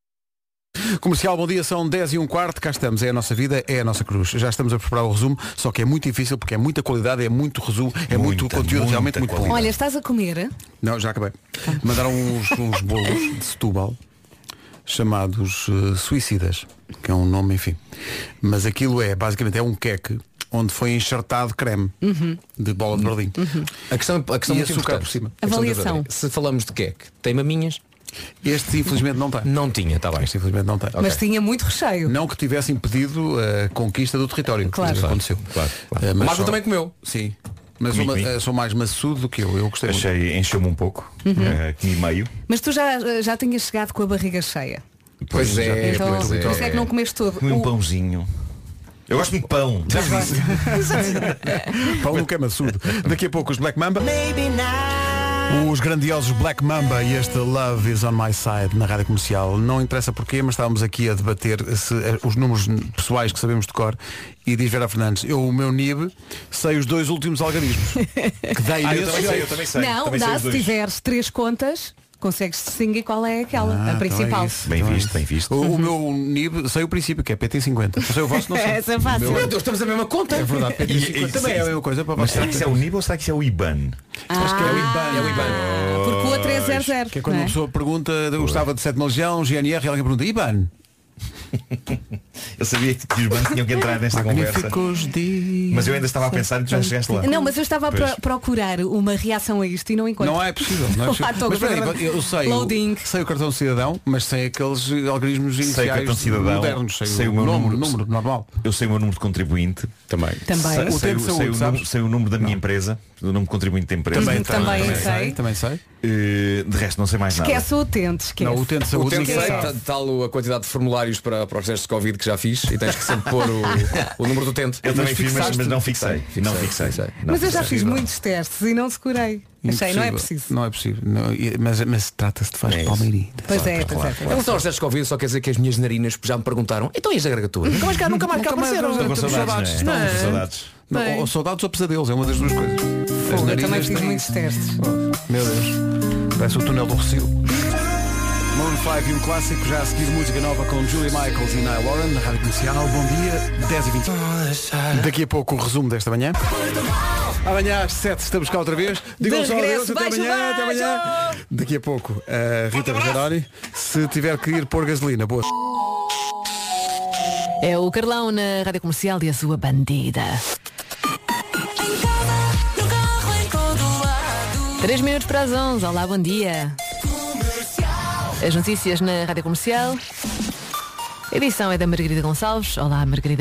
Comercial, bom dia, são 10 e um quarto, cá estamos, é a nossa vida, é a nossa cruz. Já estamos a preparar o resumo, só que é muito difícil porque é muita qualidade, é muito resumo, é muito
Muita,
conteúdo
muita
realmente muito bom.
qualidade.
Olha, estás a comer?
Não, já acabei. Mandaram uns, uns bolos de Setúbal chamados eh, Suicidas, que é um nome, enfim. Mas aquilo é, basicamente, é um queque onde foi enxertado creme de bola de Berlim.
A questão, a questão
E
muito
açúcar
importante.
por cima.
A questão
Avaliação.
da- Se falamos de queque, tem maminhas?
Este infelizmente não tem.
Não tinha, está bem.
Este infelizmente não tem.
Mas tinha muito recheio.
Não que tivesse impedido a conquista do território. que
Claro.
Aconteceu.
Claro, claro.
Eh,
O
mas
Marco
só-
também comeu.
Sim. Mas sou,
Comigo,
ma-
comigo.
eh, sou mais maçudo do que eu. Eu gostei muito.
Achei, encheu-me um pouco. eh, comi meio.
Mas tu já, já tinhas chegado com a barriga cheia.
Pois
já
é,
tinha
então,
comido
pois
por
muito.
isso é que não comeste tudo.
Comi um
O-
pãozinho. Eu gosto muito de pão. Já vos disse.
Pão nunca é maçudo. Daqui a pouco os Black Mamba. Os grandiosos Black Mamba e este Love is on my side na rádio comercial. Não interessa porquê, mas estávamos aqui a debater se, eh, os números pessoais que sabemos de cor. E diz Vera Fernandes, eu o meu NIB sei os dois últimos algarismos. Que dá
Ah, eu
imenso
também sei, eu
jeito.
também sei.
Não,
também sei
dá
os
se
dois.
tiveres três contas, consegues distinguir qual é aquela,
Ah,
a
então
principal.
é isso,
Bem
então é
visto,
isso.
bem visto.
O, o meu NIB sei o princípio, que é PT50. Eu sei o vosso, não sei.
Essa é fácil.
Meu Deus, estamos a mesma conta.
É verdade, PT50
E- e-
também é a mesma coisa para
Mas
vocês.
será que isso é o nível ou será que isso é o IBAN?
Acho que é o IBAN.
É o IBAN.
Ah, Porque o outro é 00.
Que é quando
não
uma
é?
pessoa pergunta, eu gostava de sétima legião, GNR, e alguém pergunta, IBAN.
Eu sabia que os bancos tinham que entrar nesta conversa.
Magníficos dias.
Mas eu ainda estava a pensar e tu já chegaste lá.
Não, mas eu estava a
Pois.
pro- procurar uma reação a isto e não encontro.
Não é possível, não é
Lá
possível.
estou
Mas
agora.
peraí, eu sei,
Loading.
o, sei o cartão de cidadão, mas sem aqueles algarismos
Sei que
iniciais
cartão de cidadão,
modernos, sei,
sei
o,
o meu
número,
número.
número normal.
Eu sei o meu número de contribuinte.
Também.
Também.
Sei,
O
sei,
tempo de
sei
saúde,
o número,
sabes?
sei o número da minha empresa, o número de contribuinte da empresa.
Também, também, também sei.
Também sei.
Eh, de resto não sei mais nada.
Esquece o utente, esquece.
Não, o utente de
O
saúde
tempo
ninguém
sei,
sabe.
ta- tal a quantidade de formulários para, para os testes de Covid que já fiz e tens que sempre pôr o, o número do utente.
Eu também fiz, mas, mas não fixei. Não fixei. Não
mas eu já
fixei.
fiz muitos testes e não segurei. Achei, não é
Impossível.
preciso.
Não é possível. Não, e- mas mas trata-se de faz
É isso.
palmeirinho.
Pois é, pois é.
Em relação aos testes de Covid, só quer dizer que as minhas narinas já me perguntaram, então e as da garganta? Nunca mais cá, nunca mais cá apareceram.
Estou com saudades.
Não
não é?
é?
Estou com saudades.
Não,
Bem.
ou saudades ou pesadelos, é uma das duas coisas. As
Fogo, Eu também
narinas
fiz
têm-
muitos testes.
Oh, Meu Deus. Parece o túnel do Recio. Moon 5 e um clássico, já a seguir música nova com Julie Michaels e Nile Warren na Rádio Comercial. Bom dia, 10 e 20 Daqui a pouco o resumo desta manhã. Amanhã às 7 estamos cá outra vez. Digam
De
só adeus,
regresso,
até
beijo,
amanhã, até amanhã. Daqui a pouco, a Rita Rogeroni, se tiver que ir pôr gasolina, boas.
É o Carlão na Rádio Comercial e a sua bandida.
Em casa, no carro, em todo lado.
3 minutos para as 11. Olá, bom dia. As notícias na Rádio Comercial. A edição é da Margarida Gonçalves. Olá, Margarida.